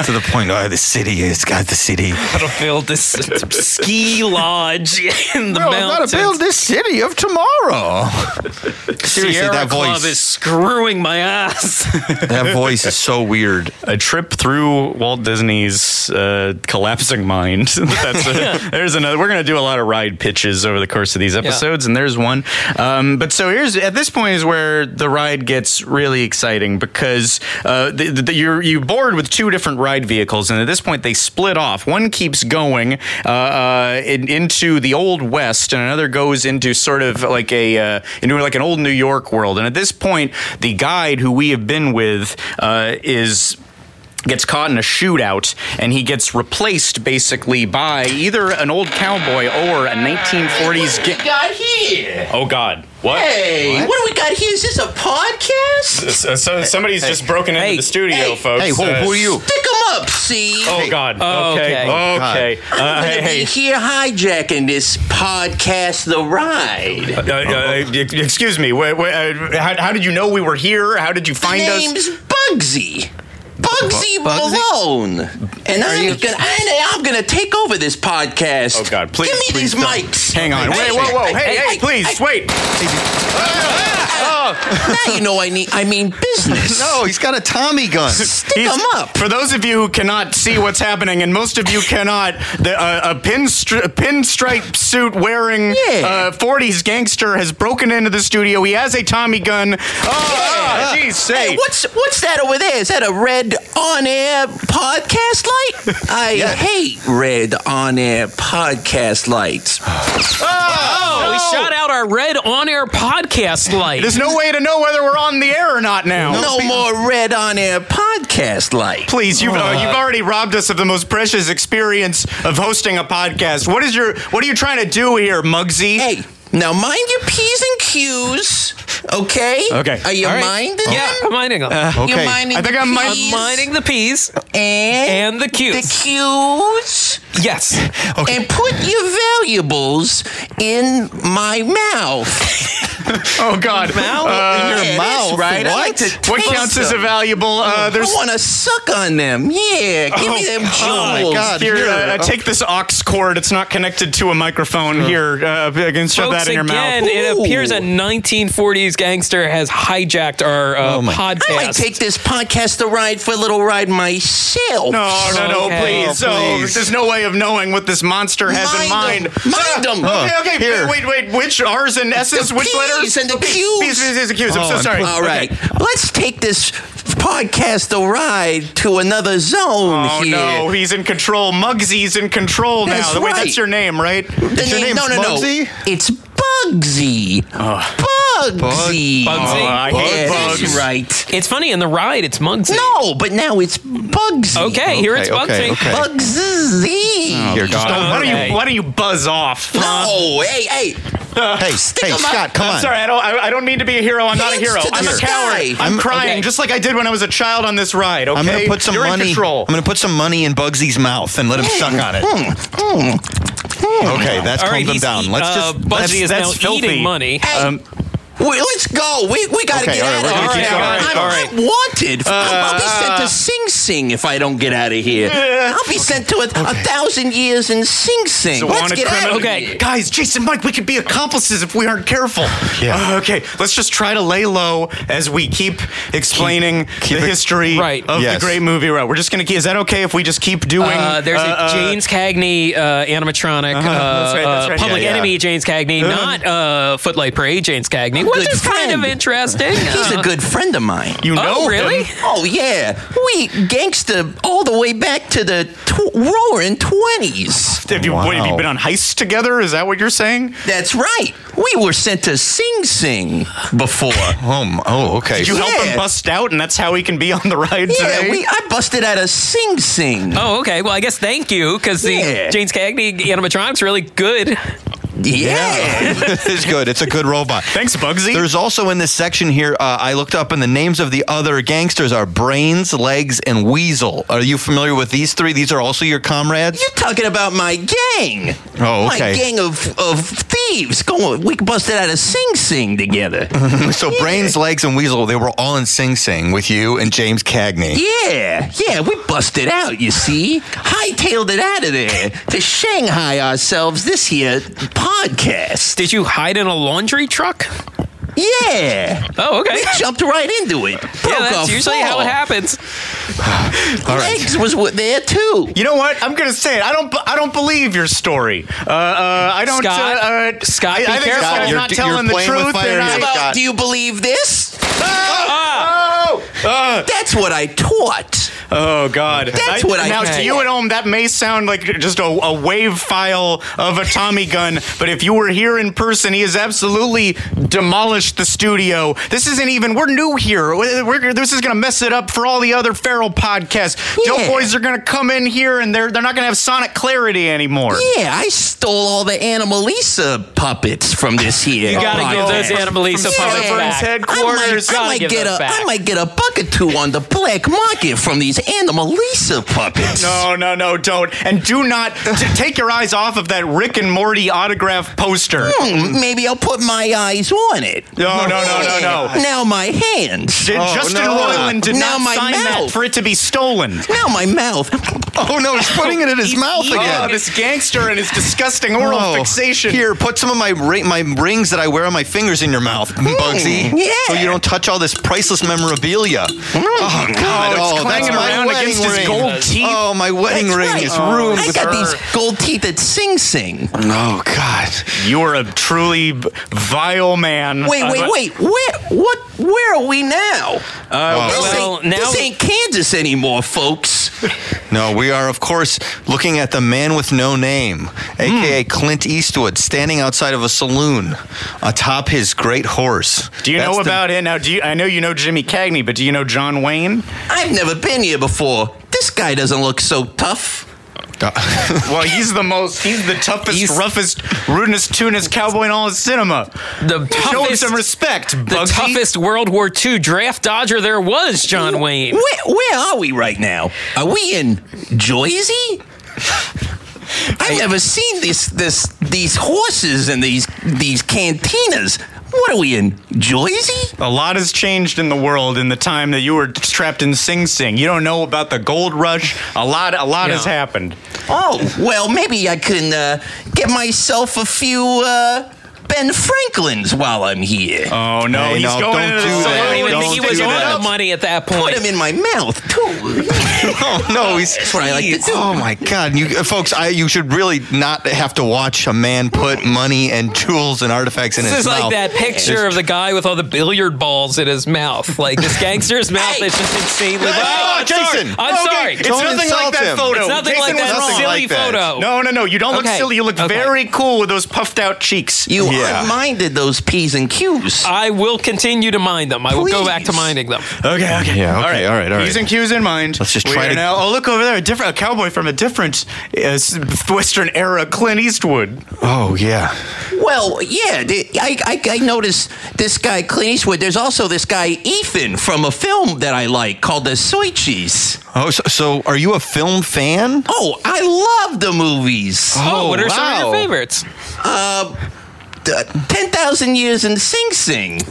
to the point. Oh, the city is God, the city.
to build this ski lodge in the
Well, I've got
mountains.
to build this city of tomorrow. Seriously,
Sierra
that
Club
voice,
is screwing my ass.
that voice is so weird.
a trip through Walt Disney's uh, collapsing mind. That's a, there's another. We're going to do a lot of ride pitches over the course of these episodes, and there's one. Um, but so here's at this point is where the ride gets really exciting because uh, the, the, you're you board with two different ride vehicles, and at this point they split off. One keeps going uh, uh, in, into the old west, and another goes into sort of like a uh, into like an old New York world. And at this point, the guide who we have been with uh, is gets caught in a shootout and he gets replaced basically by either an old cowboy or a 1940s ga-
got here?
oh god what
Hey, what? do we got here? Is this a podcast?
So, so somebody's just broken into
Hey.
the studio,
Hey.
folks.
Hey, who,
Uh,
who are you? Oh,
Pick 'em up, see?
Oh God. Okay.
Okay.
Okay. Uh,
Gonna
hey,
be
hey.
here hijacking this podcast, The Ride.
Uh, uh, ex- excuse me. Wait, wait, uh, how, how did you know we were here? How did you find us?
name's Bugsy. Bugsy
Bugsy?
Malone. And I'm gonna, I, I'm gonna take over this podcast.
Oh God! Please,
Give me
please
these
don't.
mics.
Hang on.
Hey,
wait, whoa, whoa. Hey, hey,
hey,
please,
hey,
wait. Ah, ah.
Now you know I need. I mean business.
No, he's got a Tommy gun.
Stick 'em up.
For those of you who cannot see what's happening, and most of you cannot, the, uh, a, pinstri- a pinstripe suit wearing uh,
Yeah.
40s gangster has broken into the studio. He has a Tommy gun. Oh, jeez, say.
Hey, what's what's that over there? Is that a red on-air podcast light? I hate red on-air podcast lights.
Oh, we shot out our red on air podcast light.
There's no no way to know whether we're on the air or not now.
No more red on air podcast light.
Please, you've, uh, you've already robbed us of the most precious experience of hosting a podcast. What is your What are you trying to do here, Muggsy?
Hey, now mind your P's and Q's, okay?
Okay.
Are you
All right.
minding
Yeah,
them?
I'm mining them.
Uh,
You're
okay.
minding
I think
the
I'm min-
P's
mining the P's
and,
and the
the
Q's.
Q's.
yes.
And put your valuables in my mouth.
Oh God, Uh,
Yeah,
your
that's
mouth?
right? I like
What?
to
what
taste
counts as a
them.
valuable? Uh,
I
there's
want to suck on them. Yeah, give me them jewels.
Oh my God! Here, uh, take this aux cord. It's not connected to a microphone. Here, uh, again, shove
Folks,
that in your
again,
mouth.
it appears a 1940s gangster has hijacked our uh,
Oh my-
podcast.
I might take this podcast to ride for a little ride myself.
No, no, no,
Okay.
please.
Oh,
Oh,
please.
there's no way of knowing what this monster has in
Mind
mind.
'em. Mind 'em.
Ah, Okay, okay.
Here.
Wait, wait, wait. Which R's and S's?
The
which
P's
letters?
and the Q's.
P's, P's, P's, and Q's. I'm
Oh,
so
I'm
sorry.
pl-
All right, let's take this podcast to ride to another zone
Oh
here.
no, he's in control. Muggsy's in control now.
That's
Wait,
right.
that's your name, right?
The
your
name-
name's
no, no,
Bugsy?
no. It's Bugsy. Bugsy.
Bug- Bugsy.
Oh, I
Yeah,
hate
that's
bugs.
right.
It's funny in the ride. It's Mugsy.
No, but now it's Bugsy.
Okay, here it's Bugsy.
okay, okay. Oh,
Bugsy.
Here, just
Why
don't.
don't
Okay.
you Why don't you buzz off?
No, hey, hey.
hey,
stick
hey,
'em up.
Scott, come
I'm
on.
sorry, I don't. I, I don't mean to be a hero. I'm not a
Hands
hero.
to the
I'm a
sky.
coward. I'm,
I'm-
crying,
okay.
just like I did when I was a child on this ride. Okay,
I'm gonna put some
you're
money.
in control. Hmm.
I'm gonna put some money in Bugsy's mouth and let him suck on it. Okay, that's
All right,
calmed him
he's
down. Let's
uh,
just
Bugsy
let's-
is
that's
now
filthy.
eating money.
Hey, wait, let's go. We, we got
Um,
to
Okay,
get
all right,
out
we're
of
gonna
here.
keep
I'm,
going. All right, Uh, all
I'm wanted. I'll be sent to Sing Sing if I don't get out of here. I'll be sent to a, a thousand years in Sing Sing.
So
let's
wanted
get out
criminal-
of here.
Okay.
guys, Jason, Mike, we could be accomplices if we aren't careful.
Yeah.
Uh, okay, let's just try to lay low as we keep explaining
keep
the
it-
history
Right.
of
Yes.
the great movie route. We're just gonna. keep Is that okay if we just keep doing?
Uh, there's
uh,
a
uh,
James Cagney uh, animatronic, uh,
that's right, that's
uh,
right.
Public
Yeah, yeah.
Enemy James Cagney, not uh, Footlight Parade James Cagney, which
Good
is kind of
friend.
interesting.
He's
Uh-huh.
Uh,
a good friend of mine.
You know
oh,
him.
really?
Oh yeah, we gangster all the way back to the tw- roaring twenties.
Have you, what, have you
Wow.
been on heists together? Is that what you're saying?
That's right. We were sent to Sing Sing before.
Oh, m- oh, okay.
Did you help him
Yeah.
bust out, and that's how he can be on the ride
yeah,
today?
we I busted out of Sing Sing.
Oh, okay. Well, I guess thank you because the
Yeah.
James Cagney animatronic's really good.
yeah.
this is good. It's a good robot.
Thanks, Bugsy.
There's also in this section here, uh, I looked up, and the names of the other gangsters are Brains, Legs, and Weasel. Are you familiar with these three? These are also your comrades?
You're talking about my gang.
Oh,
My
okay.
gang of, of thieves. Going, we busted out of Sing Sing together.
so Brains, Legs, and Weasel, they were all in Sing Sing with you and James Cagney.
yeah, yeah, we busted out, you see. Hightailed it out of there to Shanghai ourselves this here podcast.
Did you hide in a laundry truck?
Yeah.
Oh, okay.
We jumped right into it.
Yeah,
Broke
that's
a
usually how
fall.
it happens.
All right.
Legs was wa- there too.
You know what? I'm gonna say it. I don't. b- I don't believe your story. Uh, uh, I don't.
Scott,
uh, uh,
Scott,
I,
be
I think
careful.
Scott's
You're-
not
you're
telling the
playing with
truth. and
fire here,
I-
How about
Scott.
do you believe this?
Ah!
Oh! Uh,
That's what I taught.
oh God!
That's what I
now
meant.
to you at home. That may sound like just a, a wave file of a Tommy gun, but if you were here in person, he has absolutely demolished the studio. This isn't even. We're new here. We're, we're- this is gonna mess it up for all the other feral podcasts.
Yeah.
Dope boys are gonna come in here and they're they're not gonna have sonic clarity anymore.
Yeah, I stole all the Animalisa puppets from this here.
You gotta
podcast.
give those Animalisa
Oh From
puppets
Severn's
back.
headquarters.
I
Gotta
might, I might
give
get
those
a,
back.
I might get a buck or two on the black market from these Animalisa puppets.
No, no, no, don't. And do not t- take your eyes off of that Rick and Morty autograph poster.
Hmm, maybe I'll put my eyes on it.
No, no, no, no, no.
Now my hands.
Did Justin
no.
Roiland did
Now
not
my
sign that
mouth.
for it to be stolen.
Now my mouth.
Oh, no, he's putting it in his mouth
Oh,
again.
this gangster and his disgusting oral
Oh.
fixation.
Here, put some of my ri- my rings that I wear on my fingers in your mouth,
Hmm,
Bugsy.
yeah.
So you don't touch all this priceless memorabilia. Oh God!
Oh,
Oh,
it's
that's
clanging
my
around
wedding
against
ring.
his gold teeth. Oh,
Oh, my wedding
That's
ring
right.
is ruined
I
with
got
her.
these gold teeth at Sing Sing.
Oh God!
You are a truly b- vile man.
Wait,
Uh,
wait,
but-
wait. Where, what, where are we now?
Oh,
this
Uh, well,
ain't,
now-
this ain't Kansas Kansas anymore, folks.
No, we are, of course, looking at the man with no name,
Hmm.
aka Clint Eastwood, standing outside of a saloon atop his great horse.
Do you
That's
know
the-
about it now? Do you? I know you know Jimmy Cagney, but do you know John Wayne?
I've never been here before. This guy doesn't look so tough.
Well, he's the most, he's the toughest,
He's-
roughest, rudest, tunest cowboy in all of cinema.
The
Show him
toughest,
some respect,
the
Bugsy.
toughest World War II draft dodger there was, John Wayne.
Where, where are we right now? Are we in Jersey? I've never seen this this these horses and these these cantinas. What are we in Jersey?
A lot has changed in the world in the time that you were trapped in Sing Sing. You don't know about the gold rush. A lot, a lot has
Yeah.
happened.
Oh well, maybe I can uh, get myself a few uh, Ben Franklins while I'm here.
Oh no,
Hey,
he's
no,
going into
don't do
the
that.
I don't even
saloon.
think he was
do
on
that.
the money at that
Put
point.
them in my mouth too.
Oh, no, he's.
That's what I like to do.
Oh my God, you uh, folks! I you should really not have to watch a man put money and jewels and artifacts in
This
his
is
mouth.
like that picture of the guy with all the billiard balls in his mouth. Like this gangster's mouth
Hey!
is just insanely.
Oh,
I'm sorry.
Jason!
I'm
Okay,
sorry.
It's
It's
Don't
nothing like
insult
that
him.
photo.
It's
nothing
Jason
like that
nothing
silly
like that.
photo.
No, no, no. You don't look
Okay,
silly. You look
okay.
very cool with those puffed out cheeks.
You
Yeah.
are minded those P's and Q's.
I will continue to mind them. I will go back to
Please.
minding them.
Okay, okay.
Yeah, okay, all right, all
P's
right.
and Q's in mind.
Let's just try
are
to-
Now, oh, look over there. A different a cowboy from a different uh, s- Western era Clint Eastwood.
Oh yeah,
Well, yeah, the- I, I, I noticed this guy Clint Eastwood. There's also this guy Ethan from a film that I like called The Soichis.
Oh, so, so are you a film fan?
Oh, I love the movies.
Oh, what are some of
wow.
your favorites?
The Ten thousand years in Sing Sing.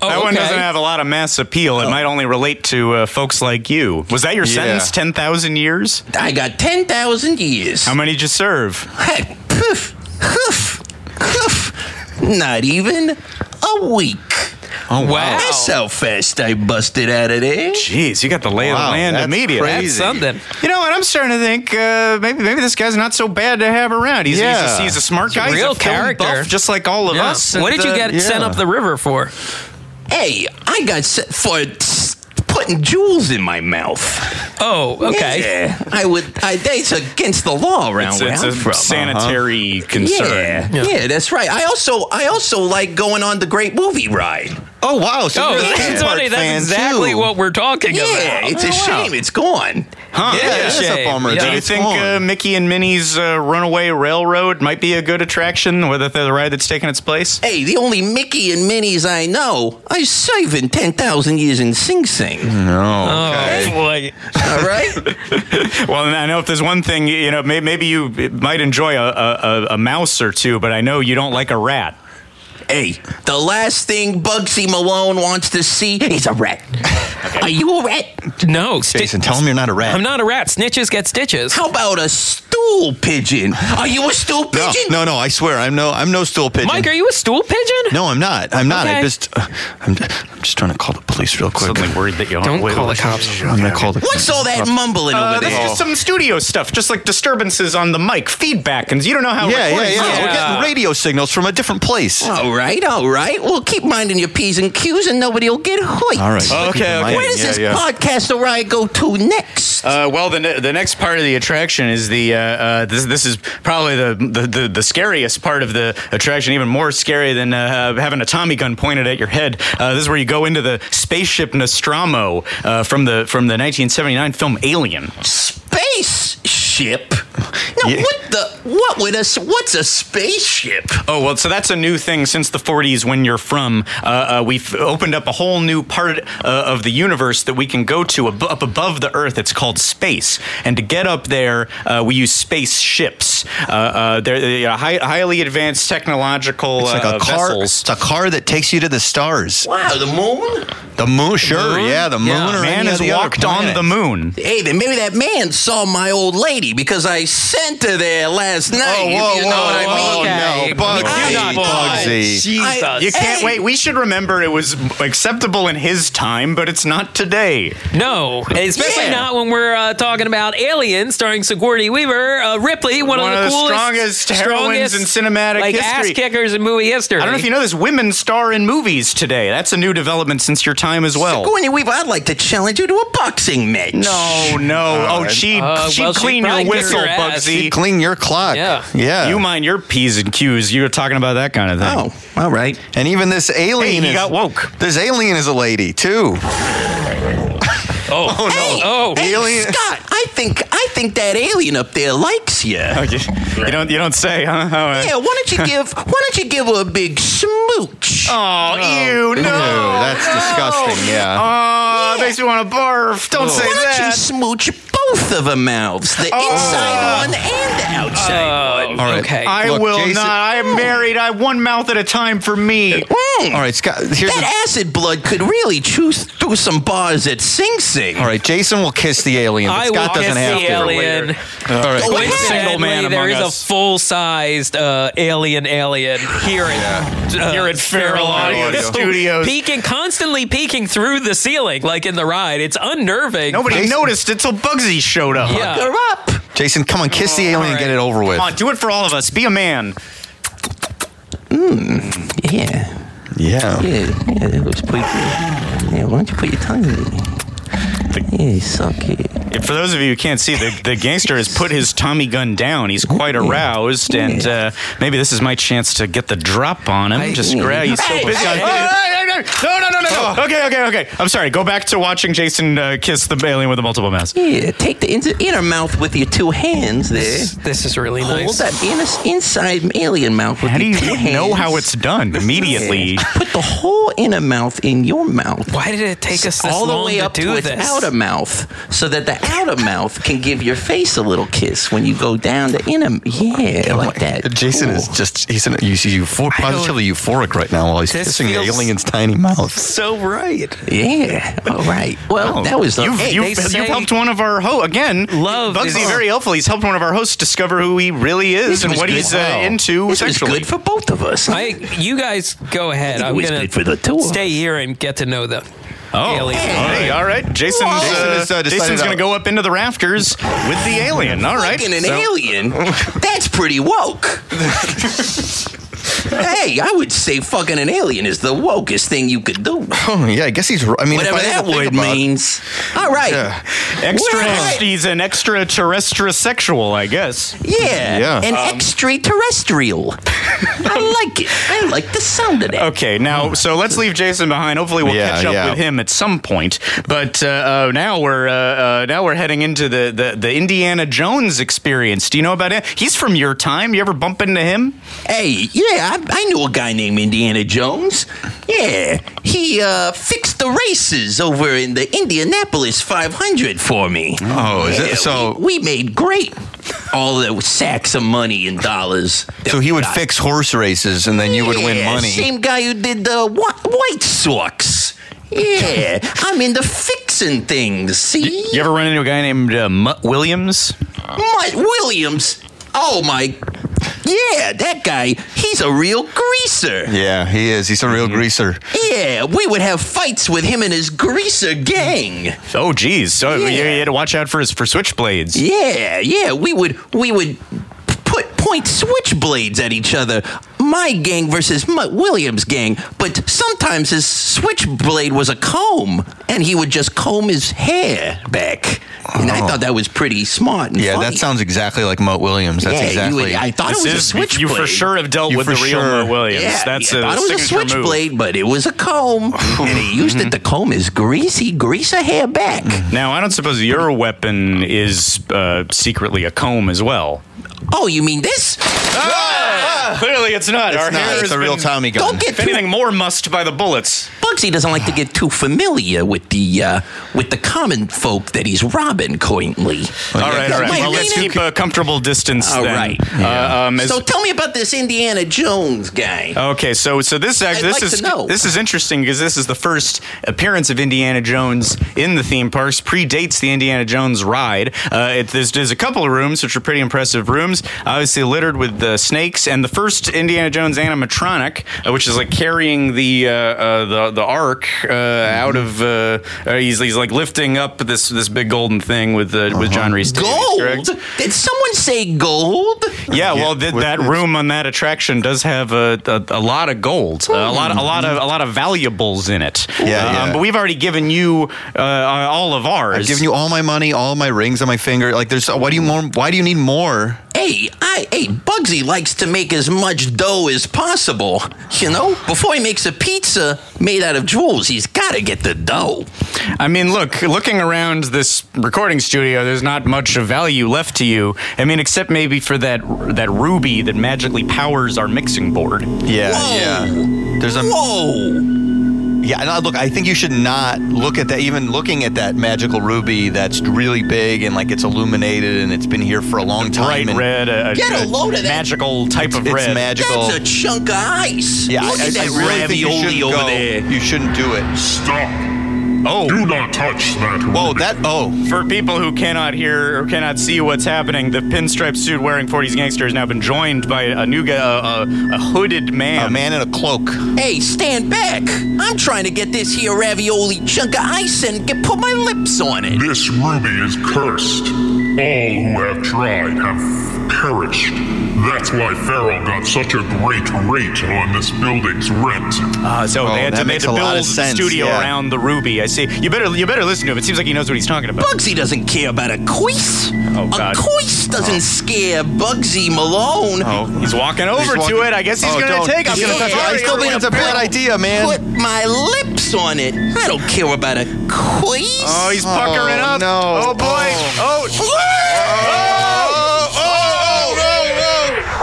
Oh,
that one
okay. Oh.
doesn't have a lot of mass appeal. It might only relate to uh, folks like you. Was that your
Yeah.
sentence? 10,000 years?
I got ten thousand years.
How many did you serve?
Heck, poof, hoof, hoof. Not even a week.
Oh
Wow.
That's how fast I busted out of there.
Jeez, you got the lay of the
Wow,
land
that's
immediately.
crazy.
That's something.
You know, and I'm starting to think uh, maybe maybe this guy's not so bad to have around. He's he's,
Yeah.
a, he's a smart guy, he's
real
a film
character.
buff, just like all of
Yeah.
us.
What
and,
did you
uh,
get
yeah.
sent up the river for?
Hey, I got set for t- putting jewels in my mouth.
Oh, okay.
Yeah, I would. I, that's against the law around
It's,
where
it's
I'm
a
from.
uh-huh.
sanitary concern.
yeah. yeah, that's right. I also, I also like going on the great movie ride.
Oh wow! So
Oh,
you're a
that's,
Linkin Park
funny.
fan,
that's exactly
too.
what we're talking
Yeah,
about.
it's a shame it's gone.
Huh.
Yeah, that's a
shame.
bummer.
Yeah.
dude.
Do you
It's
think
gone.
uh, Mickey and Minnie's uh, Runaway Railroad might be a good attraction, whether they're the ride that's taking its place?
Hey, the only Mickey and Minnie's I know, I serve in ten thousand years in Sing Sing.
no.
Oh, boy.
All right,
Well, and I know if there's one thing, you know, may- maybe you might enjoy a, a, a- a mouse or two, but I know you don't like a rat.
hey, the last thing Bugsy Malone wants to see is a rat. Are you a rat?
no, sti-
Jason, tell him you're not a rat.
I'm not a rat. Snitches get stitches.
How about a stool pigeon? Are you a stool
No,
pigeon?
no, no! I swear, I'm no, I'm no stool pigeon.
Mike, are you a stool pigeon?
No, I'm not. I'm not. I
Okay.
just, uh, I'm, I'm just trying to call the police real quick.
Suddenly worried that you
Don't call the cops.
I'm gonna call the.
What's all that mumbling
Uh,
over
this
there?
is just some studio stuff, just like disturbances on the mic, feedback, and you don't know how.
Yeah, yeah, yeah,
recording sounds.
We're
Yeah.
getting radio signals from a different place.
All right, all right. Well, keep minding your P's and Q's and nobody will get hooked.
All right.
Okay, okay.
Mike,
Where does
yeah,
this
yeah.
podcast ride go to next?
Uh, well, the, ne- the next part of the attraction is the uh, uh, this this is probably the, the, the, the scariest part of the attraction, even more scary than uh, having a Tommy gun pointed at your head. Uh, this is where you go into the spaceship Nostromo uh, from the from the 1979 film Alien.
spaceship? No,
Yeah.
what the? What would us? What's a spaceship?
Oh well, so that's a new thing since the 40s. When you're from, uh, uh, we've opened up a whole new part uh, of the universe that we can go to ab- up above the Earth. It's called space, and to get up there, uh, we use space ships. Uh, uh, they're, they're high, highly advanced technological
It's like
uh,
a car.
vessels.
It's a car that takes you to the stars.
Wow, the moon?
The moon, sure,
moon?
yeah, the moon.
Yeah.
Or
Man
any
has
of the other
walked on
planets.
the moon.
Hey, then maybe that man saw my old lady because I center there last night.
Oh,
if
whoa,
you know
whoa,
what I
whoa,
mean?
no, Bugsy,
Come on,
Bugsy.
Jesus.
You can't
Hey.
wait. We should remember it was acceptable in his time, but it's not today.
No, especially
Yeah.
not when we're uh, talking about Alien, starring Sigourney Weaver, uh, Ripley, one,
One
of
of
the
the
coolest,
strongest heroines in cinematic
like ass
history.
kickers in movie history.
I don't know if you know this. Women star in movies today. That's a new development since your time as well.
Sigourney Weaver, I'd like to challenge you to a boxing match.
No, no. Oh, she
Uh,
she
well, she
clean
probably
your
kicked
whistle,
your ass.
Bugsy.
Clean your clock.
Yeah.
Yeah.
You mind your p's and q's. You were talking about that kind of thing.
Oh, all right.
and even this alien
he
is,
got woke.
This alien is a lady too.
Oh, no.
Hey,
Oh,
hey,
Alien-
Scott, I think I think that alien up there likes Oh, you. Yeah,
You, you don't you don't say, huh? uh, All right.
why don't you give why don't you give her a big smooch?
Oh, ew, no.
Ew, that's disgusting. Yeah.
Oh, it makes me want to barf. Don't say
why don't you
that.
smooch both of her mouths, the
Oh.
inside one and the outside one?
all
right.
Oh, okay.
I
Look,
will
Jason-
not. I am married. I have one mouth at a time for me.
Mm,
All right, Scott. Here's the,
That acid blood could really chew through some bars at Sing Sing.
all right. Jason will kiss the alien. But
I
Scott
will
doesn't
kiss
have
the
to.
alien.
All right.
Go ahead.
single man
Sadly, there
among
is
us.
a full-sized uh, alien alien here at uh,
Here at Feral Audio Studios.
peeking constantly peeking through the ceiling like in the ride. It's unnerving.
Nobody noticed it till Bugsy showed up.
Yeah.
Her up.
Jason, come on, kiss the alien and
right.
get it over with.
Come on, do it for all of us. Be a man.
Yeah.
Yeah.
Yeah, yeah, that looks pretty good. Yeah, why don't you put your tongue in it? Yeah, you suck it.
For those of you who can't see, the, the gangster has put his Tommy gun down. He's quite aroused, and uh, maybe this is my chance to get the drop on him. Just grab. He's so busy. on- No, no, no, no, no. Okay, okay, okay. I'm sorry. Go back to watching Jason uh, kiss the alien with a multiple mask.
Yeah, take the inter- inner mouth with your two hands there.
This is really
Hold
nice.
that inner, inside alien mouth with
How do
your two
you
hands.
know how it's done immediately?
Put the whole inner mouth in your mouth.
Why did it take us this
all the
long
way
to
up
do
to its
this?
outer mouth, so that the outer mouth can give your face a little kiss when you go down the inner. Yeah, like that.
Oh Jason is
Cool.
just, he's in, you see, euphor- positively euphoric right now while he's
This
kissing the
feels-
alien's tiny mouth.
so right.
Yeah. All right. Well, that was the.
Oh, You've,
Hey,
you've,
they
you've
say-
helped one of our hosts again.
Love
Bugsy
is-
very helpful. He's helped one of our hosts discover who he really is
This
and
was
what
good.
he's uh,
Wow.
into
this was
sexually.
good for both of us.
I, you guys go ahead.
It
I'm
was
gonna
good for the two of us.
stay here and get to know the
Oh,
alien.
hey, all right. Jason's,
Jason
uh,
has, uh, decided
Jason's going to
out-
go up into the rafters with the alien. All right.
Fucking an
So-
alien. That's pretty woke. hey, I would say fucking an alien is the wokest thing you could do.
Oh, yeah, I guess he's, r- I mean,
Whatever
if I had
that
to think
word
about it-
means. All right.
Yeah.
Extra,
What?
he's an extraterrestrial sexual, I guess.
Yeah,
Yeah. Um,
an extraterrestrial. I like it. I like the sound of that.
Okay, now so let's leave Jason behind. Hopefully, we'll
Yeah,
catch up
yeah.
with him at some point. But uh, uh, now we're uh, uh, now we're heading into the, the the Indiana Jones experience. Do you know about it? He's from your time. You ever bump into him?
Hey, yeah, I, I knew a guy named Indiana Jones. Yeah, he uh, fixed the races over in the Indianapolis 500 for me.
Oh, is
Yeah,
it? So,
we, we made great. All the sacks of money and dollars.
so he would fix horse races and then you would win
Yeah,
money.
Same guy who did the Wh- White Sox. Yeah, I'm into fixing things. See,
You ever run into a guy named uh, Mutt Williams?
Mutt Williams. Oh my. Yeah, that guy, he's a real greaser.
Yeah, he is. He's a
Mm-hmm.
real greaser.
Yeah, we would have fights with him and his greaser gang.
Oh, geez. So you-
Yeah.
you had to watch out for his for switchblades.
Yeah, yeah, we would we would put point switchblades at each other. My gang versus Mutt Williams' gang, but sometimes his switchblade was a comb, and he would just comb his hair back. And I thought that was pretty smart. And
Oh. Yeah,
funny.
that sounds exactly like Moat Williams. That's
yeah, you
exactly.
would- I thought
This
it was
is
a switchblade.
you for sure have dealt
You
with
for
the real
sure-
Mutt Williams.
Yeah,
That's
yeah,
a
I thought it was a
signature move.
switchblade, but it was a comb, and he used it to comb his greasy, greasy hair back.
Now, I don't suppose your weapon is uh, secretly a comb as well.
Oh, you mean this?
Clearly, it's not.
it's
Our
not.
hair
Ah! It's
has
a real
been,
Tommy gun.
Don't get
If
too
anything, more must by the bullets.
Ramsey doesn't like to get too familiar with the uh, with the common folk that he's robbing currently.
All right, all right.
Wait,
Well,
wait,
let's
wait.
keep a comfortable distance.
All
then.
right.
Uh, um, as-
So tell me about this Indiana Jones guy.
Okay, so so this actually
I'd
this
like
is
to know.
this is interesting because this is the first appearance of Indiana Jones in the theme parks. Predates the Indiana Jones ride. Uh, it, there's, there's a couple of rooms which are pretty impressive rooms, obviously littered with the snakes. And the first Indiana Jones animatronic, uh, which is like carrying the uh, uh, the the ark uh, out of uh, uh, he's, he's like lifting up this this big golden thing with uh, with John Reese. Davies,
gold?
correct?
Did someone say gold?
Yeah, well, th-
with
that
this-
room on that attraction does have a, a, a lot of gold, a lot, a lot of a lot of valuables in it.
Yeah,
Um,
yeah.
But we've already given you uh, all of ours.
I've given you all my money, all my rings on my finger. Like, there's why do you more? Why do you need more?
Hey, I hey, Bugsy likes to make as much dough as possible. You know, before he makes a pizza made out of jewels, he's got to get the dough.
I mean, look, looking around this recording studio, there's not much of value left to you. I mean, except maybe for that that ruby that magically powers our mixing board.
Yeah,
Whoa.
yeah. There's a
Whoa!
yeah. No, look, I think you should not look at that. Even looking at that magical ruby that's really big and like it's illuminated and it's been here for a long time.
Bright
and
red, a,
Get a
a
load of that.
magical type of
It's
red.
magical.
That's a chunk of ice.
yeah,
Look
I,
at
I
that
really think you
ravioli
shouldn't
over
go.
there.
You shouldn't do it.
Stop!
oh,
Do not touch that.
Whoa, that oh.
For people who cannot hear or cannot see what's happening, the pinstripe suit wearing 40s gangster has now been joined by a new guy, a, a, a hooded man.
A man in a cloak.
Hey, stand back! I'm trying to get this here ravioli chunk of ice and get put my lips on it.
This ruby is cursed. All who have tried have perished. That's why Farrell got such a great rate on this building's rent.
Uh, so
Oh,
they had to,
that
they had
makes
to
a lot
build
of sense,
the studio
yeah.
around the ruby. I see. You better you better listen to him. It seems like he knows what he's talking about.
Bugsy doesn't care about a cois.
Oh,
a
God. Oh.
cois doesn't scare Bugsy Malone.
He's walking over
He's
to
walking-
it. I guess he's
Oh,
gonna
don't.
take. I'm
He's
gonna
gonna
touch
touch- I
it.
still think it's a bad idea, man.
Put my lips on it. I don't care about a cois.
Oh, he's puckering
Oh,
up.
no.
Oh boy. Oh.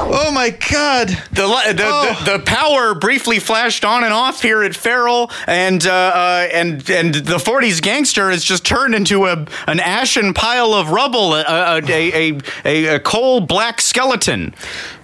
Oh my god.
The, li- the,
Oh.
the the power briefly flashed on and off here at Farrell, and uh, uh, and and the '40s gangster has just turned into a an ashen pile of rubble, a a a, a, a, a coal black skeleton.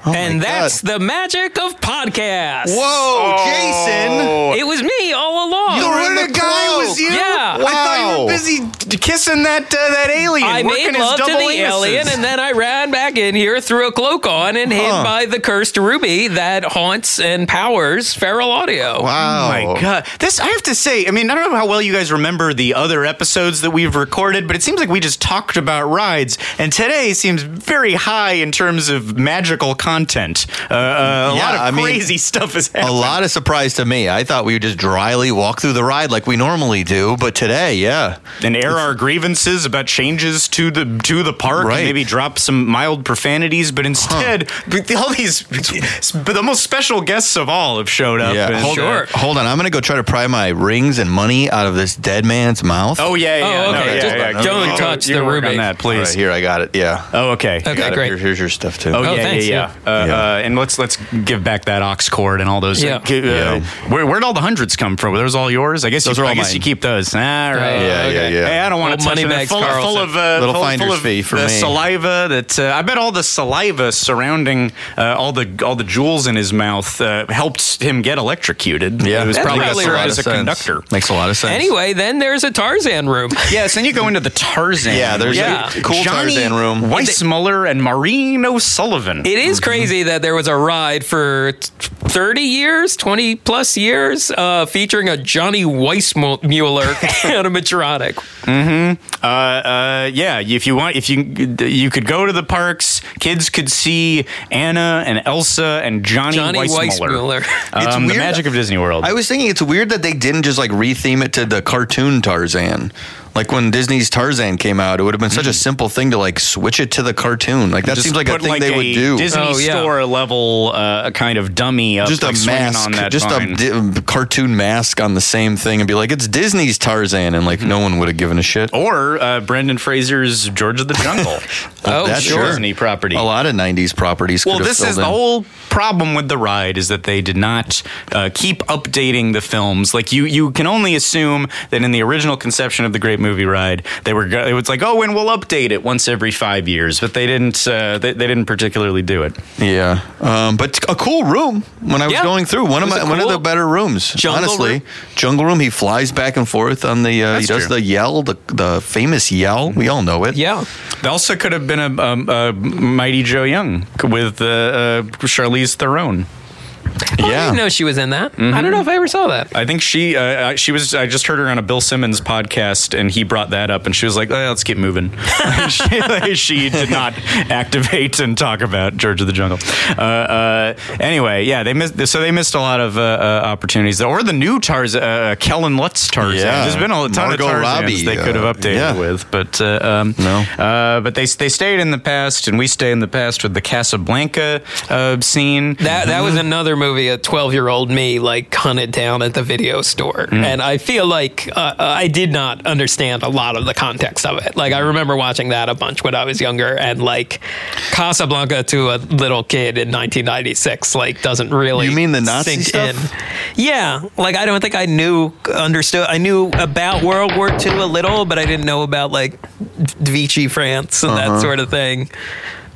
and
my God.
that's the magic of podcasts.
Whoa,
Oh.
Jason.
It was me all along.
You were in the
guy
cloak.
was you? I
Yeah.
thought you
Wow.
were busy d- kissing that uh, that alien.
I
working
made love
his
to the
double anuses.
alien, and then I ran back in here, threw a cloak on, and hid by the cursed ruby that haunts and powers feral audio.
Wow.
my god this i have to say i mean i don't know how well you guys remember the other episodes that we've recorded but it seems like we just talked about rides and today seems very high in terms of magical content uh, uh, a
Yeah,
lot of
I mean,
crazy stuff is
A
happening
lot of surprise to me. I thought we would just dryly walk through the ride like we normally do, but today, yeah.
and air our grievances about changes to the to the park
Right.
and maybe drop some mild profanities but instead all these but the most special guests of all have showed up
Yeah.
and-
Hold,
Sure.
hold on. I'm going to go try to pry my rings and money out of this dead man's mouth.
oh yeah yeah,
Oh,
yeah. No,
okay.
yeah,
Just
yeah.
don't
You-
touch
you
the
work on
Rubik.
that
All
please
right, here I got it. Yeah.
oh okay
Okay,
Got it.
great.
Here- here's your stuff too.
Oh,
Oh,
yeah,
thanks,
yeah, yeah. Uh, Uh, and let's let's give back that ox cord and all those.
Yeah.
uh, g- uh, Where where'd all the hundreds come from? Were those all yours? I guess
Those
you,
are all
I guess
mine.
you keep those. All right.
Yeah,
yeah,
okay.
yeah, yeah.
Hey, I don't want to
Little
touch them. They're
moneybags
full, full
Carlson.
of uh,
Little
full,
finder's
full of
fee for
the
me.
saliva that uh, I bet all the saliva surrounding uh, all the all the jewels in his mouth uh, helped him get electrocuted.
Yeah.
it was
That
probably
makes
probably
served
lot
as
of
a
sense.
conductor.
Makes a lot of sense.
Anyway, then there's a Tarzan room.
Yes, then you go into the Tarzan.
Yeah, there's
Yeah.
a cool
Johnny
Tarzan room.
Weissmuller and Maureen O'Sullivan.
It is crazy that there was a ride for t- 30 years, 20 plus years, uh, featuring a Johnny Weissmuller animatronic.
uh, yeah, if you want, if you you could go to the parks, kids could see Anna and Elsa and Johnny,
Johnny
Weissmuller.
Weissmuller.
It's
Um, the
weird.
magic of Disney World.
I was thinking it's weird that they didn't just like retheme it to the cartoon Tarzan. Like when Disney's Tarzan came out, it would have been such a simple thing to like switch it to the cartoon. Like that
Mm. Just
seems like a
put,
thing they would
a
do.
Disney
Oh, yeah.
store level, uh, a kind of dummy, up,
just
like,
a
swinging
mask,
on that
just
vine.
a di- um, cartoon mask on the same thing, and be like, it's Disney's Tarzan, and like
Mm-hmm.
no one would have given a shit.
or uh, Brendan Fraser's George of the Jungle.
Oh,
That's
sure.
Disney
Oh,
property.
A lot of '90s properties.
Well,
could have
this is
filled
the
in.
whole problem with the ride is that they did not uh, keep updating the films. Like you, you can only assume that in the original conception of the Great Movie Ride, they were go- it was like, oh, and we'll update it once every five years, but they didn't. Uh, they, they didn't particularly do it.
Yeah, um, but a cool room. When I was
Yeah.
going through one of
It
my
was a
one of
cool
the better rooms,
jungle
honestly,
room.
jungle room. He flies back and forth on the. Uh, he
That's
does
true.
the yell, the the famous yell. We all know it.
Yeah.
They also could have been a, um, a Mighty Joe Young with uh, uh, Charlize Theron.
Oh, I
Yeah.
didn't know she was in that.
Mm-hmm.
I don't know if I ever saw that.
I think she uh, I- she was. I just heard her on a Bill Simmons podcast, and he brought that up, and she was like, "Eh, "Let's keep moving." she, like, she did not activate and talk about George of the Jungle. Uh, uh, anyway, yeah, they missed. So they missed a lot of uh, uh, opportunities, or the new Tarzan, uh, Kellen Lutz Tarzan.
Yeah.
There's been a ton
Margot
of Tarzans
Robbie,
they could
uh,
have updated
yeah.
with, but uh, um,
No.
Uh, but they they stayed in the past, and we stay in the past with the Casablanca uh, scene.
That that was another movie a 12 year old me like hunted down at the video store,
Hmm.
and I feel like uh, I did not understand a lot of the context of it. Like I remember watching that a bunch when I was younger, and like Casablanca to a little kid in 1996 like doesn't really.
You mean the Nazi
sink
stuff?
Yeah, like I don't think I knew understood. I knew about World War II a little, but I didn't know about like Vichy France and
Uh-huh.
that sort of thing,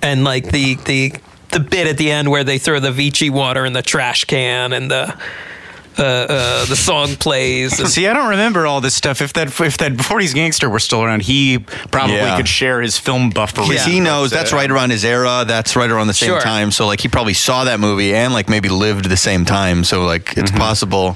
and like the the the bit at the end where they throw the Vichy water in the trash can and the. Uh, uh, the song plays. And
See, I don't remember all this stuff. If that if that before he's gangster were still around, he probably
Yeah.
could share his film buffery.
Because he knows that's right around his era. That's right around the same
Sure.
time. So like he probably saw that movie and like maybe lived the same time. So like
Mm-hmm.
it's possible.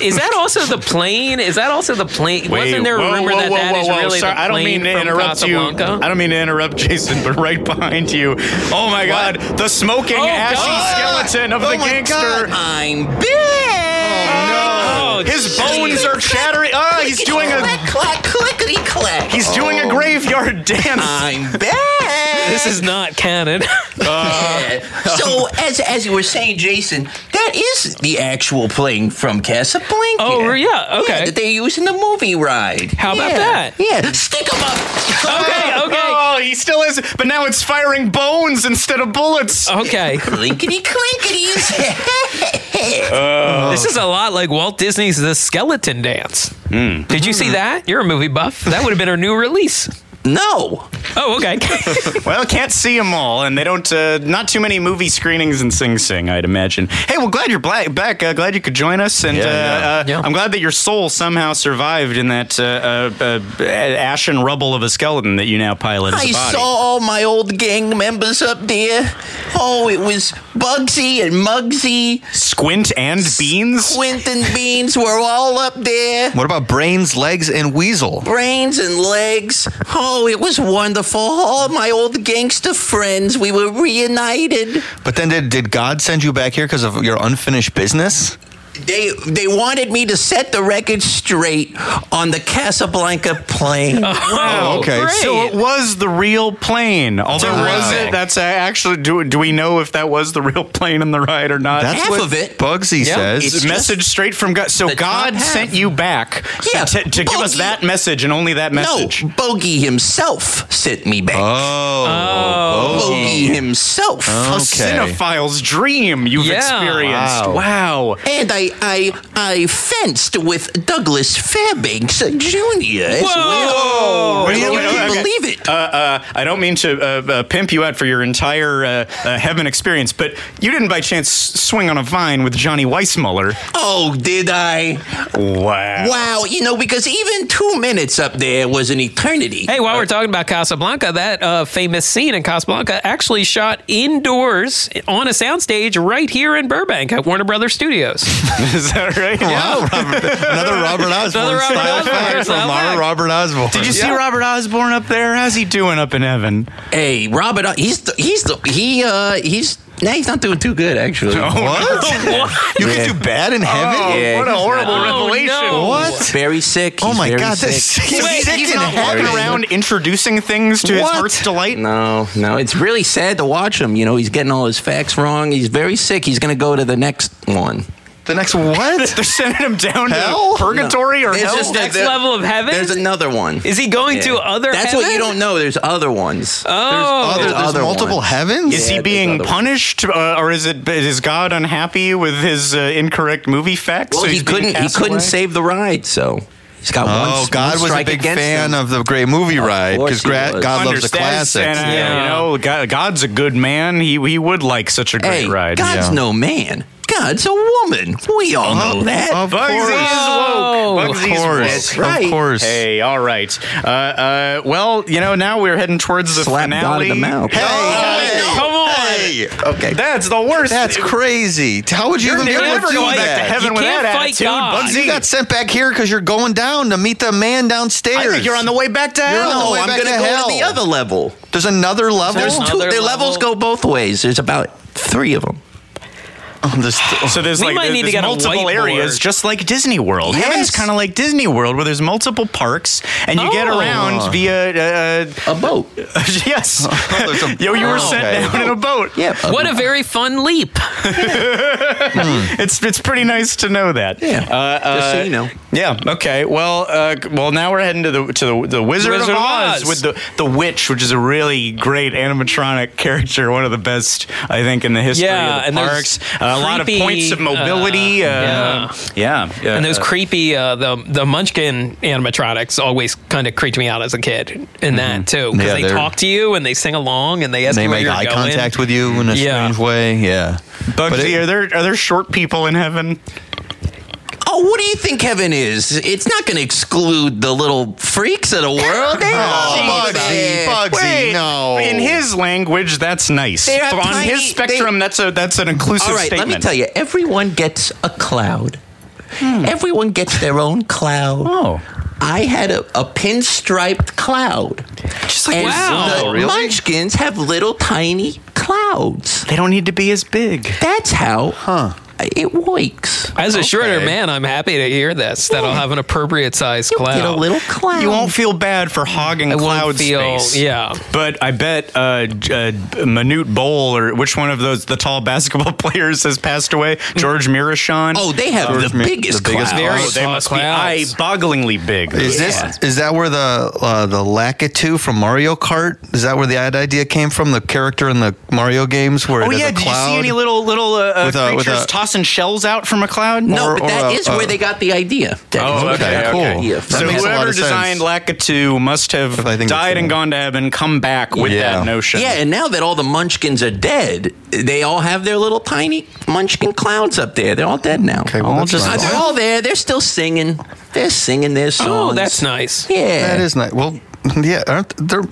is that also the plane? Is that also the plane? Wasn't there a rumor that that is really the plane
I don't mean to
from
interrupt you.
Casablanca?
I don't mean to interrupt Jason, but right behind you. Oh my God, the smoking
Oh,
ashy
God.
skeleton of Oh, the
my
gangster.
I'm big.
Oh,
His
geez.
bones are chattering. Ah, he's doing a
clack, clickety clack.
he's doing
Oh.
a graveyard dance.
I'm back.
This is not canon.
so as as you were saying, Jason, that is the actual plane from Casablanca.
Oh, yeah, okay.
that they use in the movie ride.
How about
Yeah,
that?
Yeah, stick 'em up.
Uh, okay, okay,
Oh, he still is, but now it's firing bones instead of bullets.
okay.
Clinkety clinkities.
Oh.
This is a lot like Walt Disney's The Skeleton Dance.
Hmm.
Did you see that? You're a movie buff. That would have been her new release.
no.
Oh, okay.
Well, can't see them all, and they don't. Uh, not too many movie screenings in Sing Sing, I'd imagine. Hey, well, glad you're bla- back. Uh, glad you could join us, and
Yeah,
uh,
yeah.
Uh,
Yeah.
I'm glad that your soul somehow survived in that uh, uh, uh, ash and rubble of a skeleton that you now pilot as
I
a body.
saw all my old gang members up there. Oh, it was Bugsy and Muggsy.
Squint and beans.
Quint and Beans were all up there.
what about brains, legs, and weasel?
Brains and legs. Oh, it was wonderful. All my old gangster friends, we were reunited.
But then did did God send you back here because of your unfinished business?
They they wanted me to set the record straight on the Casablanca plane.
Oh, wow.
okay.
So it was the real plane. Although was
Terrific.
it? That's uh, actually. Do, do we know if that was the real plane in the ride or not?
That's
Half
what
of it.
Bugsy
Yeah,
says.
It's message straight from God. So
the top
God
half.
sent you back
Yeah,
to, to give us
bogey.
that message and only that
no,
message.
Bogey himself sent me back.
Oh,
Bogey himself.
A
okay.
cinephile's dream you've
Yeah.
experienced. Wow.
And I, I, I fenced with Douglas Fairbanks Jr. as
Wait,
well.
wait,
you
wait,
can
okay.
believe it.
Uh, uh, I don't mean to uh, uh, pimp you out for your entire uh, uh, heaven experience, but you didn't by chance swing on a vine with Johnny Weissmuller.
oh, did I?
Wow.
Wow, you know, because even two minutes up there was an eternity.
Hey, while we're talking about Casablanca, that uh, famous scene in Casablanca actually shot indoors on a soundstage right here in Burbank at Warner Brothers Studios.
Is that right?
Wow, Robert, another Robert Osborne
Robert
style
Osborne
fact
style
from our
fact.
Robert Osborne.
Did you see Robert Osborne up there? How's he doing up in heaven?
Hey, Robert, uh, he's the, he's the, he, uh, he's Nah, he's not doing too good, actually.
What? You
Yeah.
can do bad in heaven?
Oh,
Yeah,
what a
he's
horrible
not-
Oh,
revelation.
no.
What?
Very sick.
Oh
He's
my
very
God,
sick.
that's sick.
He's
He's
sick
sick
he's
in
not
heaven.
walking around introducing things to his
What?
heart's delight.
No, no, it's really sad to watch him. You know, he's getting all his facts wrong. He's very sick. He's going to go to the next one.
The next what?
They're sending him down
Hell?
to purgatory or
It's
hell.
just that-
Next level of heaven?
There's another one.
Is he going to other
That's what you
heaven?
don't know. There's other ones.
Oh,
Other,
There's
there's
other
multiple
ones.
heavens?
is he
there's
being
other ones.
punished, uh, or is it is God unhappy with his uh, incorrect movie facts?
well,
so
he
he's being
couldn't. He
cast
couldn't
away?
save the ride, so he's got one.
Oh,
s-
God
one
was a
strike
big
against
fan
him.
of the Great Movie Ride because
course he was.
God loves the
Understands, and,
classics.
uh,
Yeah.
You know, God, God's a good man. He he would like such a great
Hey,
ride.
God's
yeah.
no man. God's a woman.
Oh,
We all know that.
Of
Bugsy
course.
is woke.
Of
Bugsy's
course.
woke.
That's right.
Of course.
Hey, all right. Uh, uh, well, you know, now we're heading towards the
Slap God
finale.
in the mouth.
Hey,
Oh, come on.
hey. Okay.
That's the worst.
That's crazy. How would you even be
You're
able
never
to do
going back to
that?
heaven
You
with
can't
that
fight
attitude,
God.
Bugsy.
You got sent back here because you're going down to meet the man downstairs.
I think you're on the way back Oh, to
You're on the
hell.
way
I'm
back
going to
to
go
hell.
to the other level.
There's another level.
There's two.
Another
The levels
level.
go both ways. There's about three of them.
Oh, this- oh.
So there's
We
like
might
there-
need to
there's
get a
multiple
whiteboard.
areas, just like Disney World.
Yes.
Heaven's kind of like Disney World, where there's multiple parks, and you get
Oh.
around via. Uh,
A boat.
uh, yes.
there's a-
Yo, you were
Oh,
sent
okay.
down in a boat.
Yeah. a
What a very fun leap.
It's it's pretty nice to know that.
Yeah.
Uh,
Just so
uh,
you know.
Yeah. Okay. Well. Uh, g- well. Now we're heading to the to the, the Wizard,
Wizard
of
of
Oz,
Oz.
with the the witch, which is a really great animatronic character, one of the best I think in the history
Yeah,
of
and
the
there's
parks. Uh, a lot of
creepy,
points of mobility. Uh,
uh,
yeah. yeah.
and those
uh,
creepy uh, the the Munchkin animatronics always kind of creeped me out as a kid in that too because
Yeah,
they
they're-
talk to you and they sing along and they ask
they
you where
make
you're
eye
going.
contact with you in a
Yeah.
strange way. Yeah. But
Bugsy,
it-
are there are there short people in heaven?
Oh, what do you think heaven is? It's not going to exclude the little freaks of the world. They
Oh, Bugsy, Bugsy, no.
In his language, that's nice.
They have
On
tiny-
his spectrum,
they-
that's a that's an inclusive
All right,
statement.
let me tell you. Everyone gets a cloud. Everyone gets their own cloud.
Hmm. Oh.
I had a, a pinstriped cloud. Just like
wow.
the
Oh,
really?
Munchkins have little tiny clouds.
They don't need to be as big.
That's how it works.
As a shorter
Okay.
man, I'm happy to hear this. That I'll have an appropriate size
You
cloud.
get a little cloud.
You won't feel bad for hogging
I won't
cloud
feel-
space.
yeah.
But I bet uh, J- uh, Manute Bowl or which one of those the tall basketball players has passed away? George Mirashan.
Oh, they have the
Mi-
biggest,
the biggest
cloud.
Very
Oh, they
small
must
clouds.
be eye-bogglingly big.
Is this is that where the uh, the Lakitu from Mario Kart? Is that where the ad- idea came from? The character in the Mario games where
Oh
it has
yeah,
a
did you
cloud.
see any little little uh, uh,
With a- with
creatures
a-
tossing shells out from a cloud?
No,
Or-
but
or
that
a-
is where
a-
they got the idea. That
uh, Oh,
is where
okay,
they got the
okay.
idea from.
So
makes a lot
whoever
of sense.
designed Lakitu must have
If I think that's
died
the
and
one.
gone to heaven, come back with
Yeah.
that notion.
Yeah, and now that all the munchkins are dead, they all have their little tiny munchkin clowns up there. They're all dead now.
Okay, well,
All
that's
just-
Uh,
nice.
They're all there. They're still singing. They're singing their
Oh,
songs.
that's nice.
Yeah.
That is nice. Well, yeah, aren't there?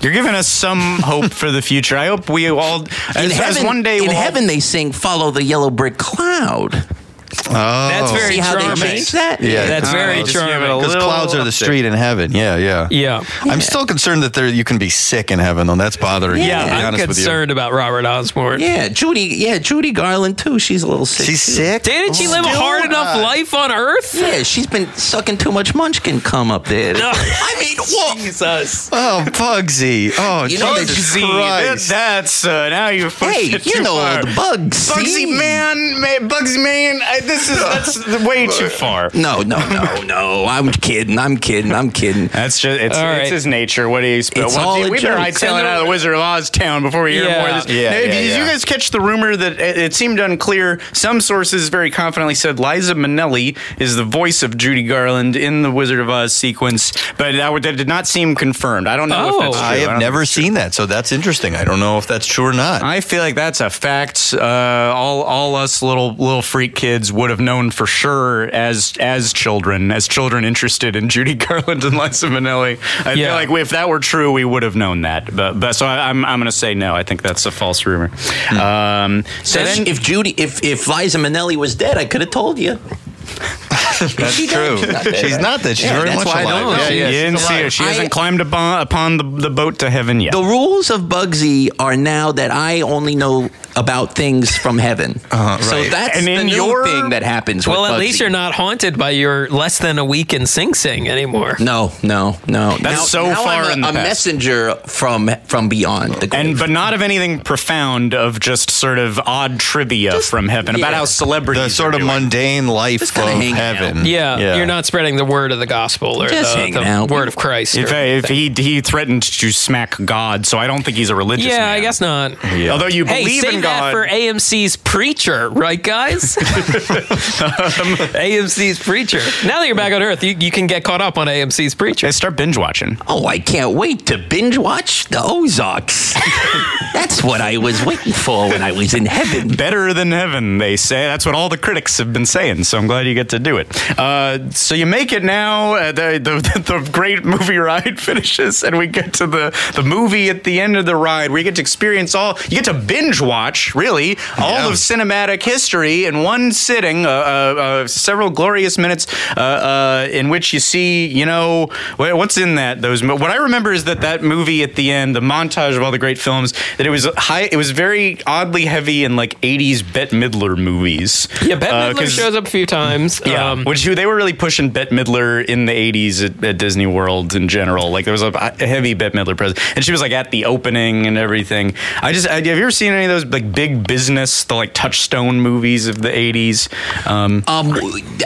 You're giving us some hope for the future. I hope we all,
In
as, as
heaven,
one day,
in
we'll all-
heaven, they sing "Follow the Yellow Brick Cloud."
That's very
See how they
charming.
changed that?
Yeah.
That's
All
very
right, just give it a
charming.
Because
little
oh, clouds are the
update.
street in heaven. Yeah, yeah.
Yeah.
I'm still concerned that there you can be sick in heaven, though. That's bothering
Yeah,
me. to be
I'm
honest with you.
concerned about Robert Osborne.
Yeah, Judy. Yeah, Judy Garland too. She's a little sick.
She's
too.
sick.
Didn't
Oh,
she live a hard enough life on Earth? Oh,
Yeah, she's been sucking too much munchkin cum up there. I mean, what?
Jesus.
Oh, Bugsy. Oh,
You know they
Jesus
just-
See, that,
Christ.
that's uh, now you've pushed
Hey,
it
you
too
know
far.
all the bugs.
Bugsy man, man, Bugsy man. I, this is that's way too far.
No, no, no, no. I'm kidding. I'm kidding. I'm kidding.
That's just it's,
All
it's
right.
his nature. What do you expect?
It's
Well,
all
gee,
a
we better
joke.
hightail it out of the Wizard of Oz town before we hear
Yeah.
more of this.
Yeah,
Now,
yeah,
did you
yeah.
guys catch the rumor that it, it seemed unclear? Some sources very confidently said Liza Minnelli is the voice of Judy Garland in the Wizard of Oz sequence, but that, would- that did not seem confirmed. I don't know if that's
Oh.
true.
I
don't
have
know.
never seen that, so that's interesting. I don't know if that's true or not.
I feel like that's a fact. Uh, all all us little little freak kids would have known for sure as as children, as children interested in Judy Garland and Liza Minnelli. I
Yeah.
feel like if that were true, we would have known that. But but so I, I'm I'm gonna say no. I think that's a false rumor.
Hmm.
Um, so
If-
then.
if Judy, if if Liza Minnelli was dead, I could have told you.
That's
She
true.
don't- she's not dead,
She's not that. She's
right? Yeah,
very
that's
much
why I don't
alive. Yeah,
know.
you
She
yeah.
didn't see her. She hasn't climbed upon, upon the, the boat to heaven yet.
The rules of Bugsy are now that I only know about things from heaven. So
right.
that's
And
the
in
new
your-
thing that happens.
Well,
with
at least
Bugsy.
you're not haunted by your less than a week in Sing Sing anymore.
No, no, no. That's
so far
I'm a,
in the
a
past.
messenger from from beyond the grave.
and but not of anything profound of just sort of odd trivia from heaven about
yeah.
how celebrities
The
are
sort of
doing.
mundane life of
Just gotta hang out.
heaven.
Yeah, you're not spreading the word of the gospel or
Just
the,
hang
the
out.
word of Christ.
If, uh,
or-
if he he threatened to smack God, so I don't think he's a religious.
yeah, I
man.
guess not.
Although you
Hey,
believe
save
in
that
God,
for AMC's preacher, right, guys? AMC's preacher. Now that you're back on Earth, you, you can get caught up on AMC's preacher.
I start binge watching.
oh, I can't wait to binge watch the Ozarks. That's what I was waiting for when I was in heaven.
Better than heaven, they say. That's what all the critics have been saying. So I'm glad you get to do it. Uh, so you make it now. Uh, the, the the great movie ride finishes, and we get to the the movie at the end of the ride, where you get to experience all. You get to binge watch really all
Yeah.
of cinematic history in one sitting. Uh, uh, uh, several glorious minutes uh, uh, in which you see, you know, wh- what's in that those. Mo- what I remember is that that movie at the end, the montage of all the great films, that it was high. It was very oddly heavy in like '80s Bette Midler movies.
Yeah, Bette
Uh,
Midler
'cause-
shows up a few times.
yeah,
Um,
which you, they were really pushing Bette Midler in the '80s at, at Disney World in general. Like there was a, a heavy Bette Midler presence, and she was like at the opening and everything. I just I, have you ever seen any of those like big business, the like touchstone movies of the '80s? Um,
Um,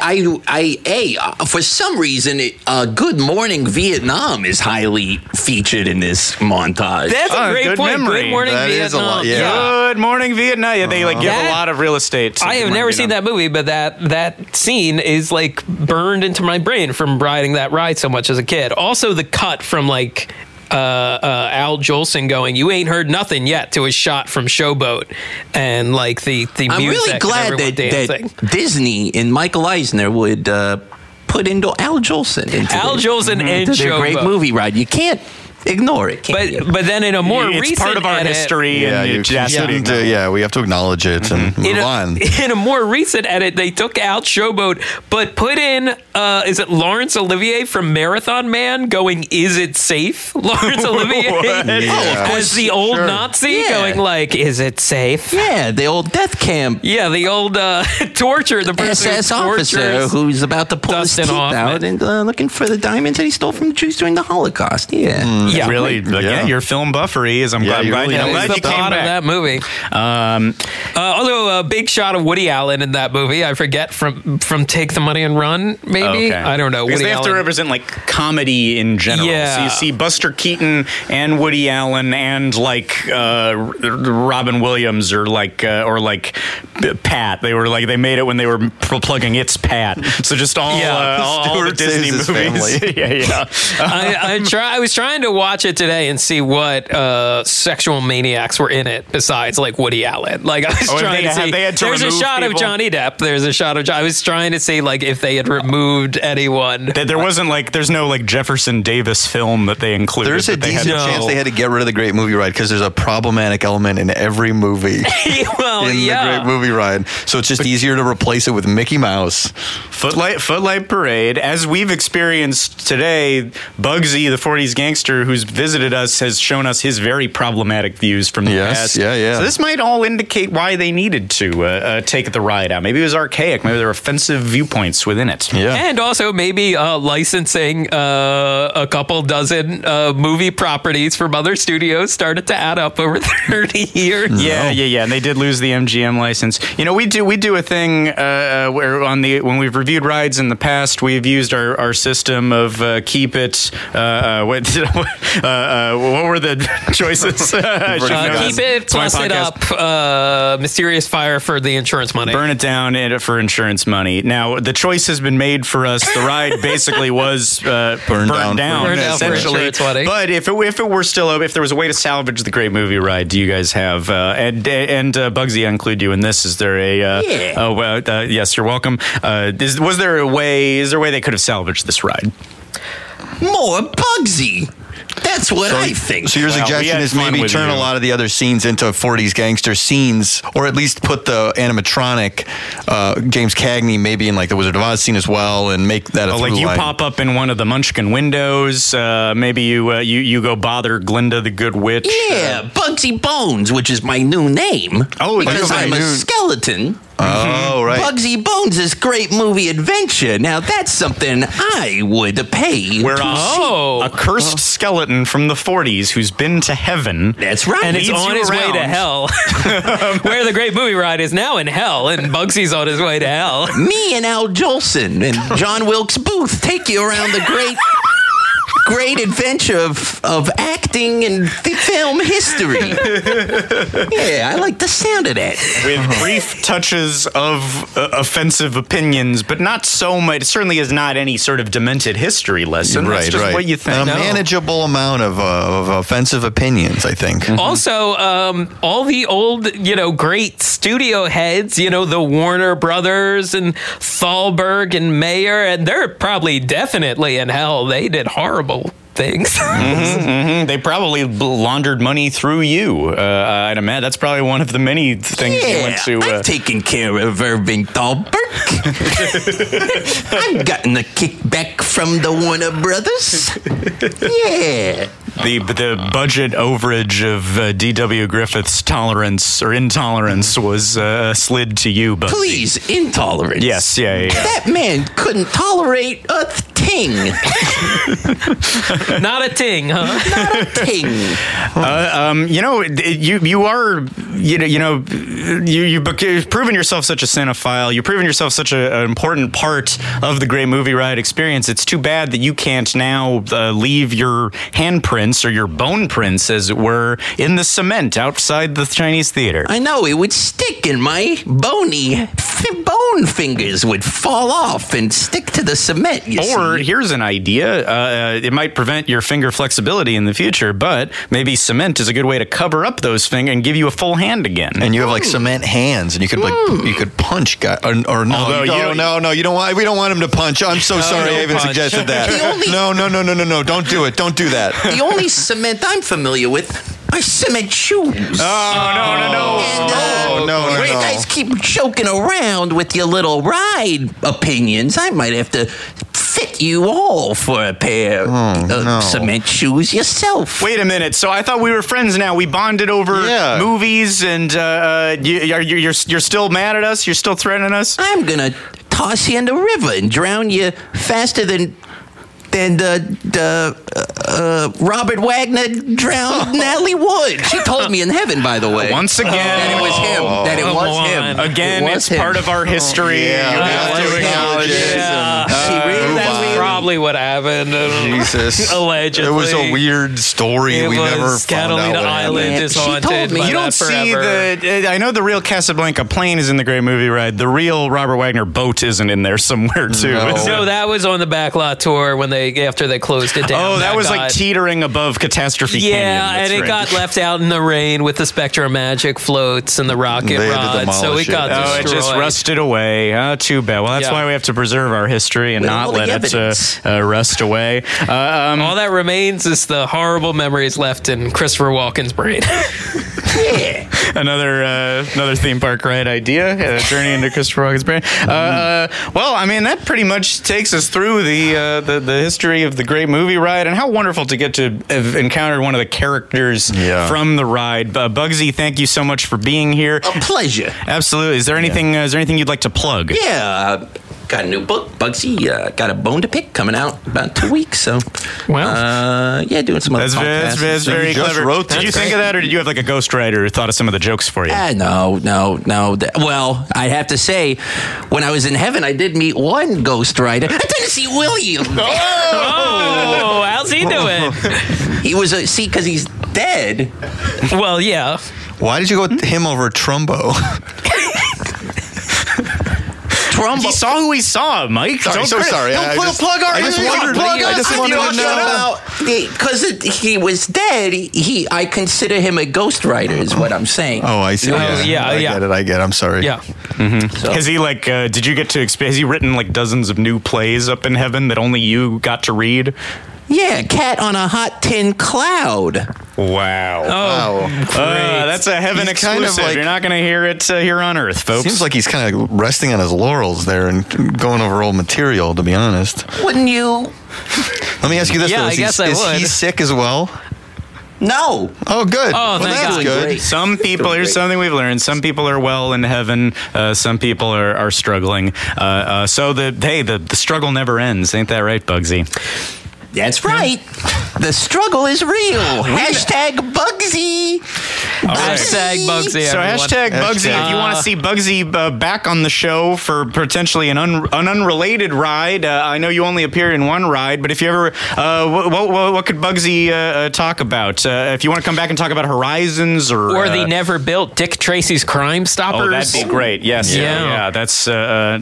I, I, hey, uh, for some reason, it, uh, "Good Morning Vietnam" is highly featured in this montage.
that's a
Oh,
great
good
point.
memory.
Good morning,
That
Vietnam.
is a lot, yeah.
Good morning Vietnam. Yeah, they like give
That-
a lot of real estate. to
I have
Good
never
Morning
seen
Vietnam.
that movie, but that that scene is like burned into my brain from riding that ride so much as a kid. Also, the cut from like uh, uh, Al Jolson going, "You ain't heard nothing yet," to a shot from Showboat, and like the the
I'm
music
really
and
glad
everyone
that,
dancing.
that Disney and Michael Eisner would uh, put into Al Jolson into Mm-hmm.
Al
their-
Jolson and
into their great
Showboat.
movie ride. You can't ignore it. Can you?
But but then in a more
it's
recent
part of our
edit,
history
Yeah,
and
you
it just
shouldn't, uh, yeah, we have to acknowledge it and move
in a,
on.
in a more recent edit, they took out Showboat, but put in uh, is it Lawrence Olivier from Marathon Man going? Is it safe? Lawrence Olivier
Yeah.
as the old Nazi
Yeah.
going like, is it safe? Yeah,
yeah, the old death camp
the old uh, torture, the person
SS
who
officer
tortures-
who's about to pull
Dustin
his teeth
Hoffman.
out and uh, looking for the diamonds that he stole from Jews during the Holocaust. Yeah.
yeah,
Really, like, yeah.
Yeah.
your film buffery is. I'm
Yeah,
glad,
you
glad,
really
I'm
did.
That was
glad
the
you came
plot of
back.
that movie.
Um,
Uh, although a big shot of Woody Allen in that movie, I forget from from Take the Money and Run,
Oh,
maybe
Okay.
I don't know.
Because
Woody
they have to
Allen.
represent like comedy in general. So
Yeah.
you see Buster Keaton and Woody Allen and like uh, R- Robin Williams or like uh, or like B- Pat. They were like they made it when they were pl- plugging it's Pat. So just all
Yeah.
uh, all, all the
Stewart saves
Disney
his
movies.
family.
yeah, yeah.
I, I try. I was trying to watch it today and see what uh, sexual maniacs were in it besides like Woody Allen. Like I was
Oh, if
trying
they
to
had-
see.
they had to
there's a
remove
shot of
people?
Johnny Depp. There's a shot of. Jo- I was trying to see like if they had removed anyone.
That there wasn't like there's no like Jefferson Davis film that they included.
There's a
that they had-
decent chance they had to get rid of the Great Movie Ride because there's a problematic element in every movie.
well,
in
Oh, yeah.
the Great Movie Ride, so it's just easier to replace it with Mickey Mouse.
Footlight Footlight Parade, as we've experienced today, Bugsy, the '40s gangster who's visited us, has shown us his very problematic views from the
Yes,
past.
yeah, yeah.
So this might all indicate why they needed to uh, uh, take the ride out. Maybe it was archaic. Maybe there were offensive viewpoints within it.
Yeah.
And also maybe uh, licensing uh, a couple dozen uh, movie properties from other studios started to add up over 30 years.
Yeah, yeah, yeah. And they did lose the MGM license. You know, we do we do a thing uh, uh, where on the when we've reviewed rides in the past, we've used our, our system of uh, keep it. Uh, uh, what, uh, uh, what were the choices? I should
Uh,
know
Uh,
this.
keep it,
It's my
plus it
podcast.
up. Uh, mysterious fire for the insurance money.
Burn it down and- for insurance money. Now the choice has been made for us. The ride basically was uh, burned,
Burn down for
down,
Burn down for
essentially.
insurance money.
but if it, if it were still open, if there was a way to salvage the great movie ride, do you guys have? Uh, and and uh, Bugsy, I include you in this. Is there a? Uh,
Yeah.
Oh well, uh, yes, you're welcome. Uh, is, was there a way? Is there a way they could have salvaged this ride?
More Bugsy. That That's what I think.
So your
Wow, we
suggestion
had
is
fun
maybe
with
turn
you.
a lot of the other scenes into 40s gangster scenes, or at least put the animatronic uh, James Cagney maybe in like the Wizard of Oz scene as well, and make that a
Oh, like
through
you
line.
pop up in one of the Munchkin windows. Uh, maybe you uh, you you go bother Glinda the Good Witch. uh,
yeah, Bugsy Bones, which is my new name.
Oh, that's
because
your
I'm a
new-
skeleton.
Oh right.
Bugsy Bones is great movie adventure. Now that's something I would pay.
Where a, Oh.
to see.
a cursed skeleton from the 40s who's been to heaven.
That's right.
and it's
leads
on
you
his way to
around.
hell. Where the great movie ride is now in hell, and Bugsy's on his way to hell.
Mm-hmm.
me and Al Jolson and John Wilkes Booth take you around the great. Great adventure of, of acting and th- film history. yeah, I like the sound of that.
with brief touches of uh, offensive opinions, but not so much. It certainly is not any sort of demented history lesson. That's
Right,
just
right.
What you
And
think?
a manageable amount of, uh, of offensive opinions, I think.
Mm.
Also, um, all the old, you know, great studio heads, you know, the Warner Brothers and Thalberg and Mayer, and they're probably definitely in hell. They did horrible things.
Mm-hmm.
Mhm, They probably b- laundered money through you. Uh, I'd imagine that's probably one of the many things you
Yeah,
went to. Uh,
I've taken care of Irving Thalberg. I've gotten a kickback from the Warner Brothers. Yeah.
the the budget overage of uh, D.W. Griffith's tolerance or intolerance was uh, slid to you, but
Please, intolerance.
Yes, yeah, yeah. yeah.
That man couldn't tolerate a thing.
Not a ting, huh?
Not a thing.
Um, you know, it- it- you you are you know you know you you bec- you've proven yourself such a cinephile. You've proven yourself such a, an important part of the great movie ride experience. It's too bad that you can't now uh, leave your handprints or your bone prints, as it were, in the cement outside the Chinese theater.
I know it would stick in my bony f- bone fingers would fall off and stick to the cement. You
Or
see.
here's an idea. Uh, it might prevent your finger flexibility in the future, but maybe cement is a good way to cover up those fingers and give you a full hand again.
and you have like cement hands, and you could like you could punch guy or, or no,
Although
no,
you don't-
no, no, you don't want. We don't want him to punch. I'm so sorry, I even
punch.
suggested
The
that.
only-
no, no, no, no, no, no, don't do it. Don't do that.
the only cement I'm familiar with are cement shoes.
Oh, no, no, no.
And, uh,
Oh, no, no,
you
no.
guys keep joking around with your little ride opinions. I might have to fit you all for a pair
Oh,
of cement shoes yourself.
Wait a minute. So I thought we were friends. Now we bonded over
Yeah.
movies, and uh, uh, you, are you, you're you're still mad at us. You're still threatening us.
I'm gonna toss you in the river and drown you faster than than the the uh, uh, Robert Wagner drowned Natalie Wood. She told me in heaven, by the way.
Once again,
that it was him.
Oh.
That it
Come
was
on.
him.
Again,
It Oh, was
it's
him. Oh.
part of our history. You have
Yeah.
to acknowledge it.
Yeah.
She
Oh,
really-
That's probably what happened. uh,
Jesus,
Allegedly.
it was a weird story.
It
we
was
never found
Catalina
out what
Island
happened.
Yeah,
is
she told
haunted.
me.
by
You
You don't
that
see
forever.
the. uh, I know the real Casablanca plane is in the Great Movie Ride. The real Robert Wagner boat isn't in there somewhere too.
No.
So-
No, that was on the backlot tour when they after they closed it down.
Oh, that was like
got-
teetering above catastrophe.
Yeah,
Canyon. That's
and it
right.
got left out in the rain with the Spectra Magic floats and the rocket
They had to
rod, so
demolish
it got
it.
Oh, it
destroyed.
just rusted away. Oh, too bad. Well, that's
Yeah.
why we have to preserve our history and
With
not
all the
let it uh,
evidence.
uh, rust away. Uh, um,
All that remains is the horrible memories left in Christopher Walken's brain.
Yeah.
another uh, another theme park ride idea. Uh, journey into Christopher Walken's brain. Uh, uh, well, I mean that pretty much takes us through the, uh, the the history of the great movie ride, and how wonderful to get to have encountered one of the characters
Yeah.
from the ride. Uh, Bugsy, thank you so much for being here.
Oh.
A pleasure.
Absolutely. Is there anything? Uh, is there anything you'd like to plug?
Yeah. Uh, got a new book, Bugsy. Uh, got a bone to pick coming out about two weeks. So,
Wow.
uh, yeah, doing some other
That's, very,
podcasts.
that's, very- that's
You
very
just
clever.
wrote
did you
that.
think of that, or did you have like a ghostwriter who thought of some of the jokes for you?
Uh,
Ah, no, no, no. Th- Well, I have to say, when I was in heaven, I did meet one ghost rider. I didn't see William.
oh, how's he doing?
He was a see because he's dead.
well, yeah.
Why did you go with him over Trumbo?
Trumbo.
He saw who he saw, Mike.
Sorry,
don't
so
crit-
sorry.
Don't
I
put
just-
a plug on
I just
anything.
wondered-
Plug
I
us.
just
You
wondered
don't
to
shut
know.
up.
because he was dead. He, he, I consider him a ghost rider, is what I'm saying.
Oh, I see.
Oh, yeah,
I
yeah.
get it. I get. it. I'm sorry.
Yeah.
Has he like? Uh, did you get to? Exp- has he written like dozens of new plays up in heaven that only you got to read?
Yeah, cat on a hot tin cloud.
Wow.
Oh,
Uh, that's a heaven
He's kind of
exclusive.
like-
You're not going to hear it uh, here on Earth, folks.
Seems like he's kind of resting on his laurels there and going over old material. To be honest,
Wouldn't you?
let me ask you this:
Yeah,
though.
I
Is, he-
guess I
is he
would.
sick as well?
No.
Oh, good. well,
Oh, thank
that's
God.
good.
Some people, here's something we've learned. Some people are well in heaven. Uh, some people are, are struggling. Uh, uh, so the hey, the, the struggle never ends. Ain't that right, Bugsy?
That's right. The struggle is real. Hashtag Bugsy.
hashtag Bugsy.
so
everyone.
hashtag Bugsy. if you want to see Bugsy uh, back on the show for potentially an, un- an unrelated ride, uh, I know you only appear in one ride, but if you ever, uh, what, what, what could Bugsy uh, uh, talk about? Uh, if you want to come back and talk about Horizons or
or
uh,
the never built Dick Tracy's Crime Stoppers.
Oh, that'd be great. Yes. Yeah.
Yeah.
yeah that's uh,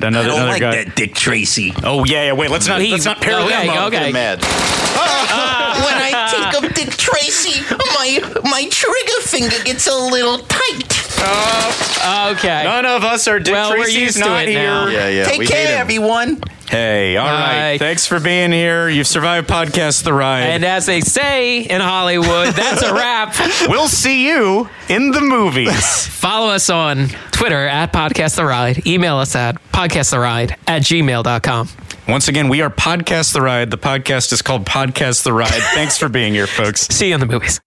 uh, another
I don't
another
like
guy.
that Dick Tracy.
Oh yeah, yeah. Wait, let's not
Leave.
let's not pair
Okay,
them up. Get
okay.
mad.
when I think of Dick Tracy, my my trigger finger gets a little tight.
okay.
None of us are Dick
Well, we're
Tracy's
used to
not
it now.
here.
Yeah, yeah.
Take
we hate
care,
him.
everyone.
Hey, all right.
Bye.
Thanks for being here. You've survived podcast the ride.
and as they say in Hollywood, that's a wrap.
we'll see you in the movies.
Follow us on Twitter at Podcast The Ride. Email us at podcasttheride at gmail.com.
Once again, we are Podcast the Ride. The podcast is called Podcast the Ride. Thanks for being here, folks.
See you in the movies.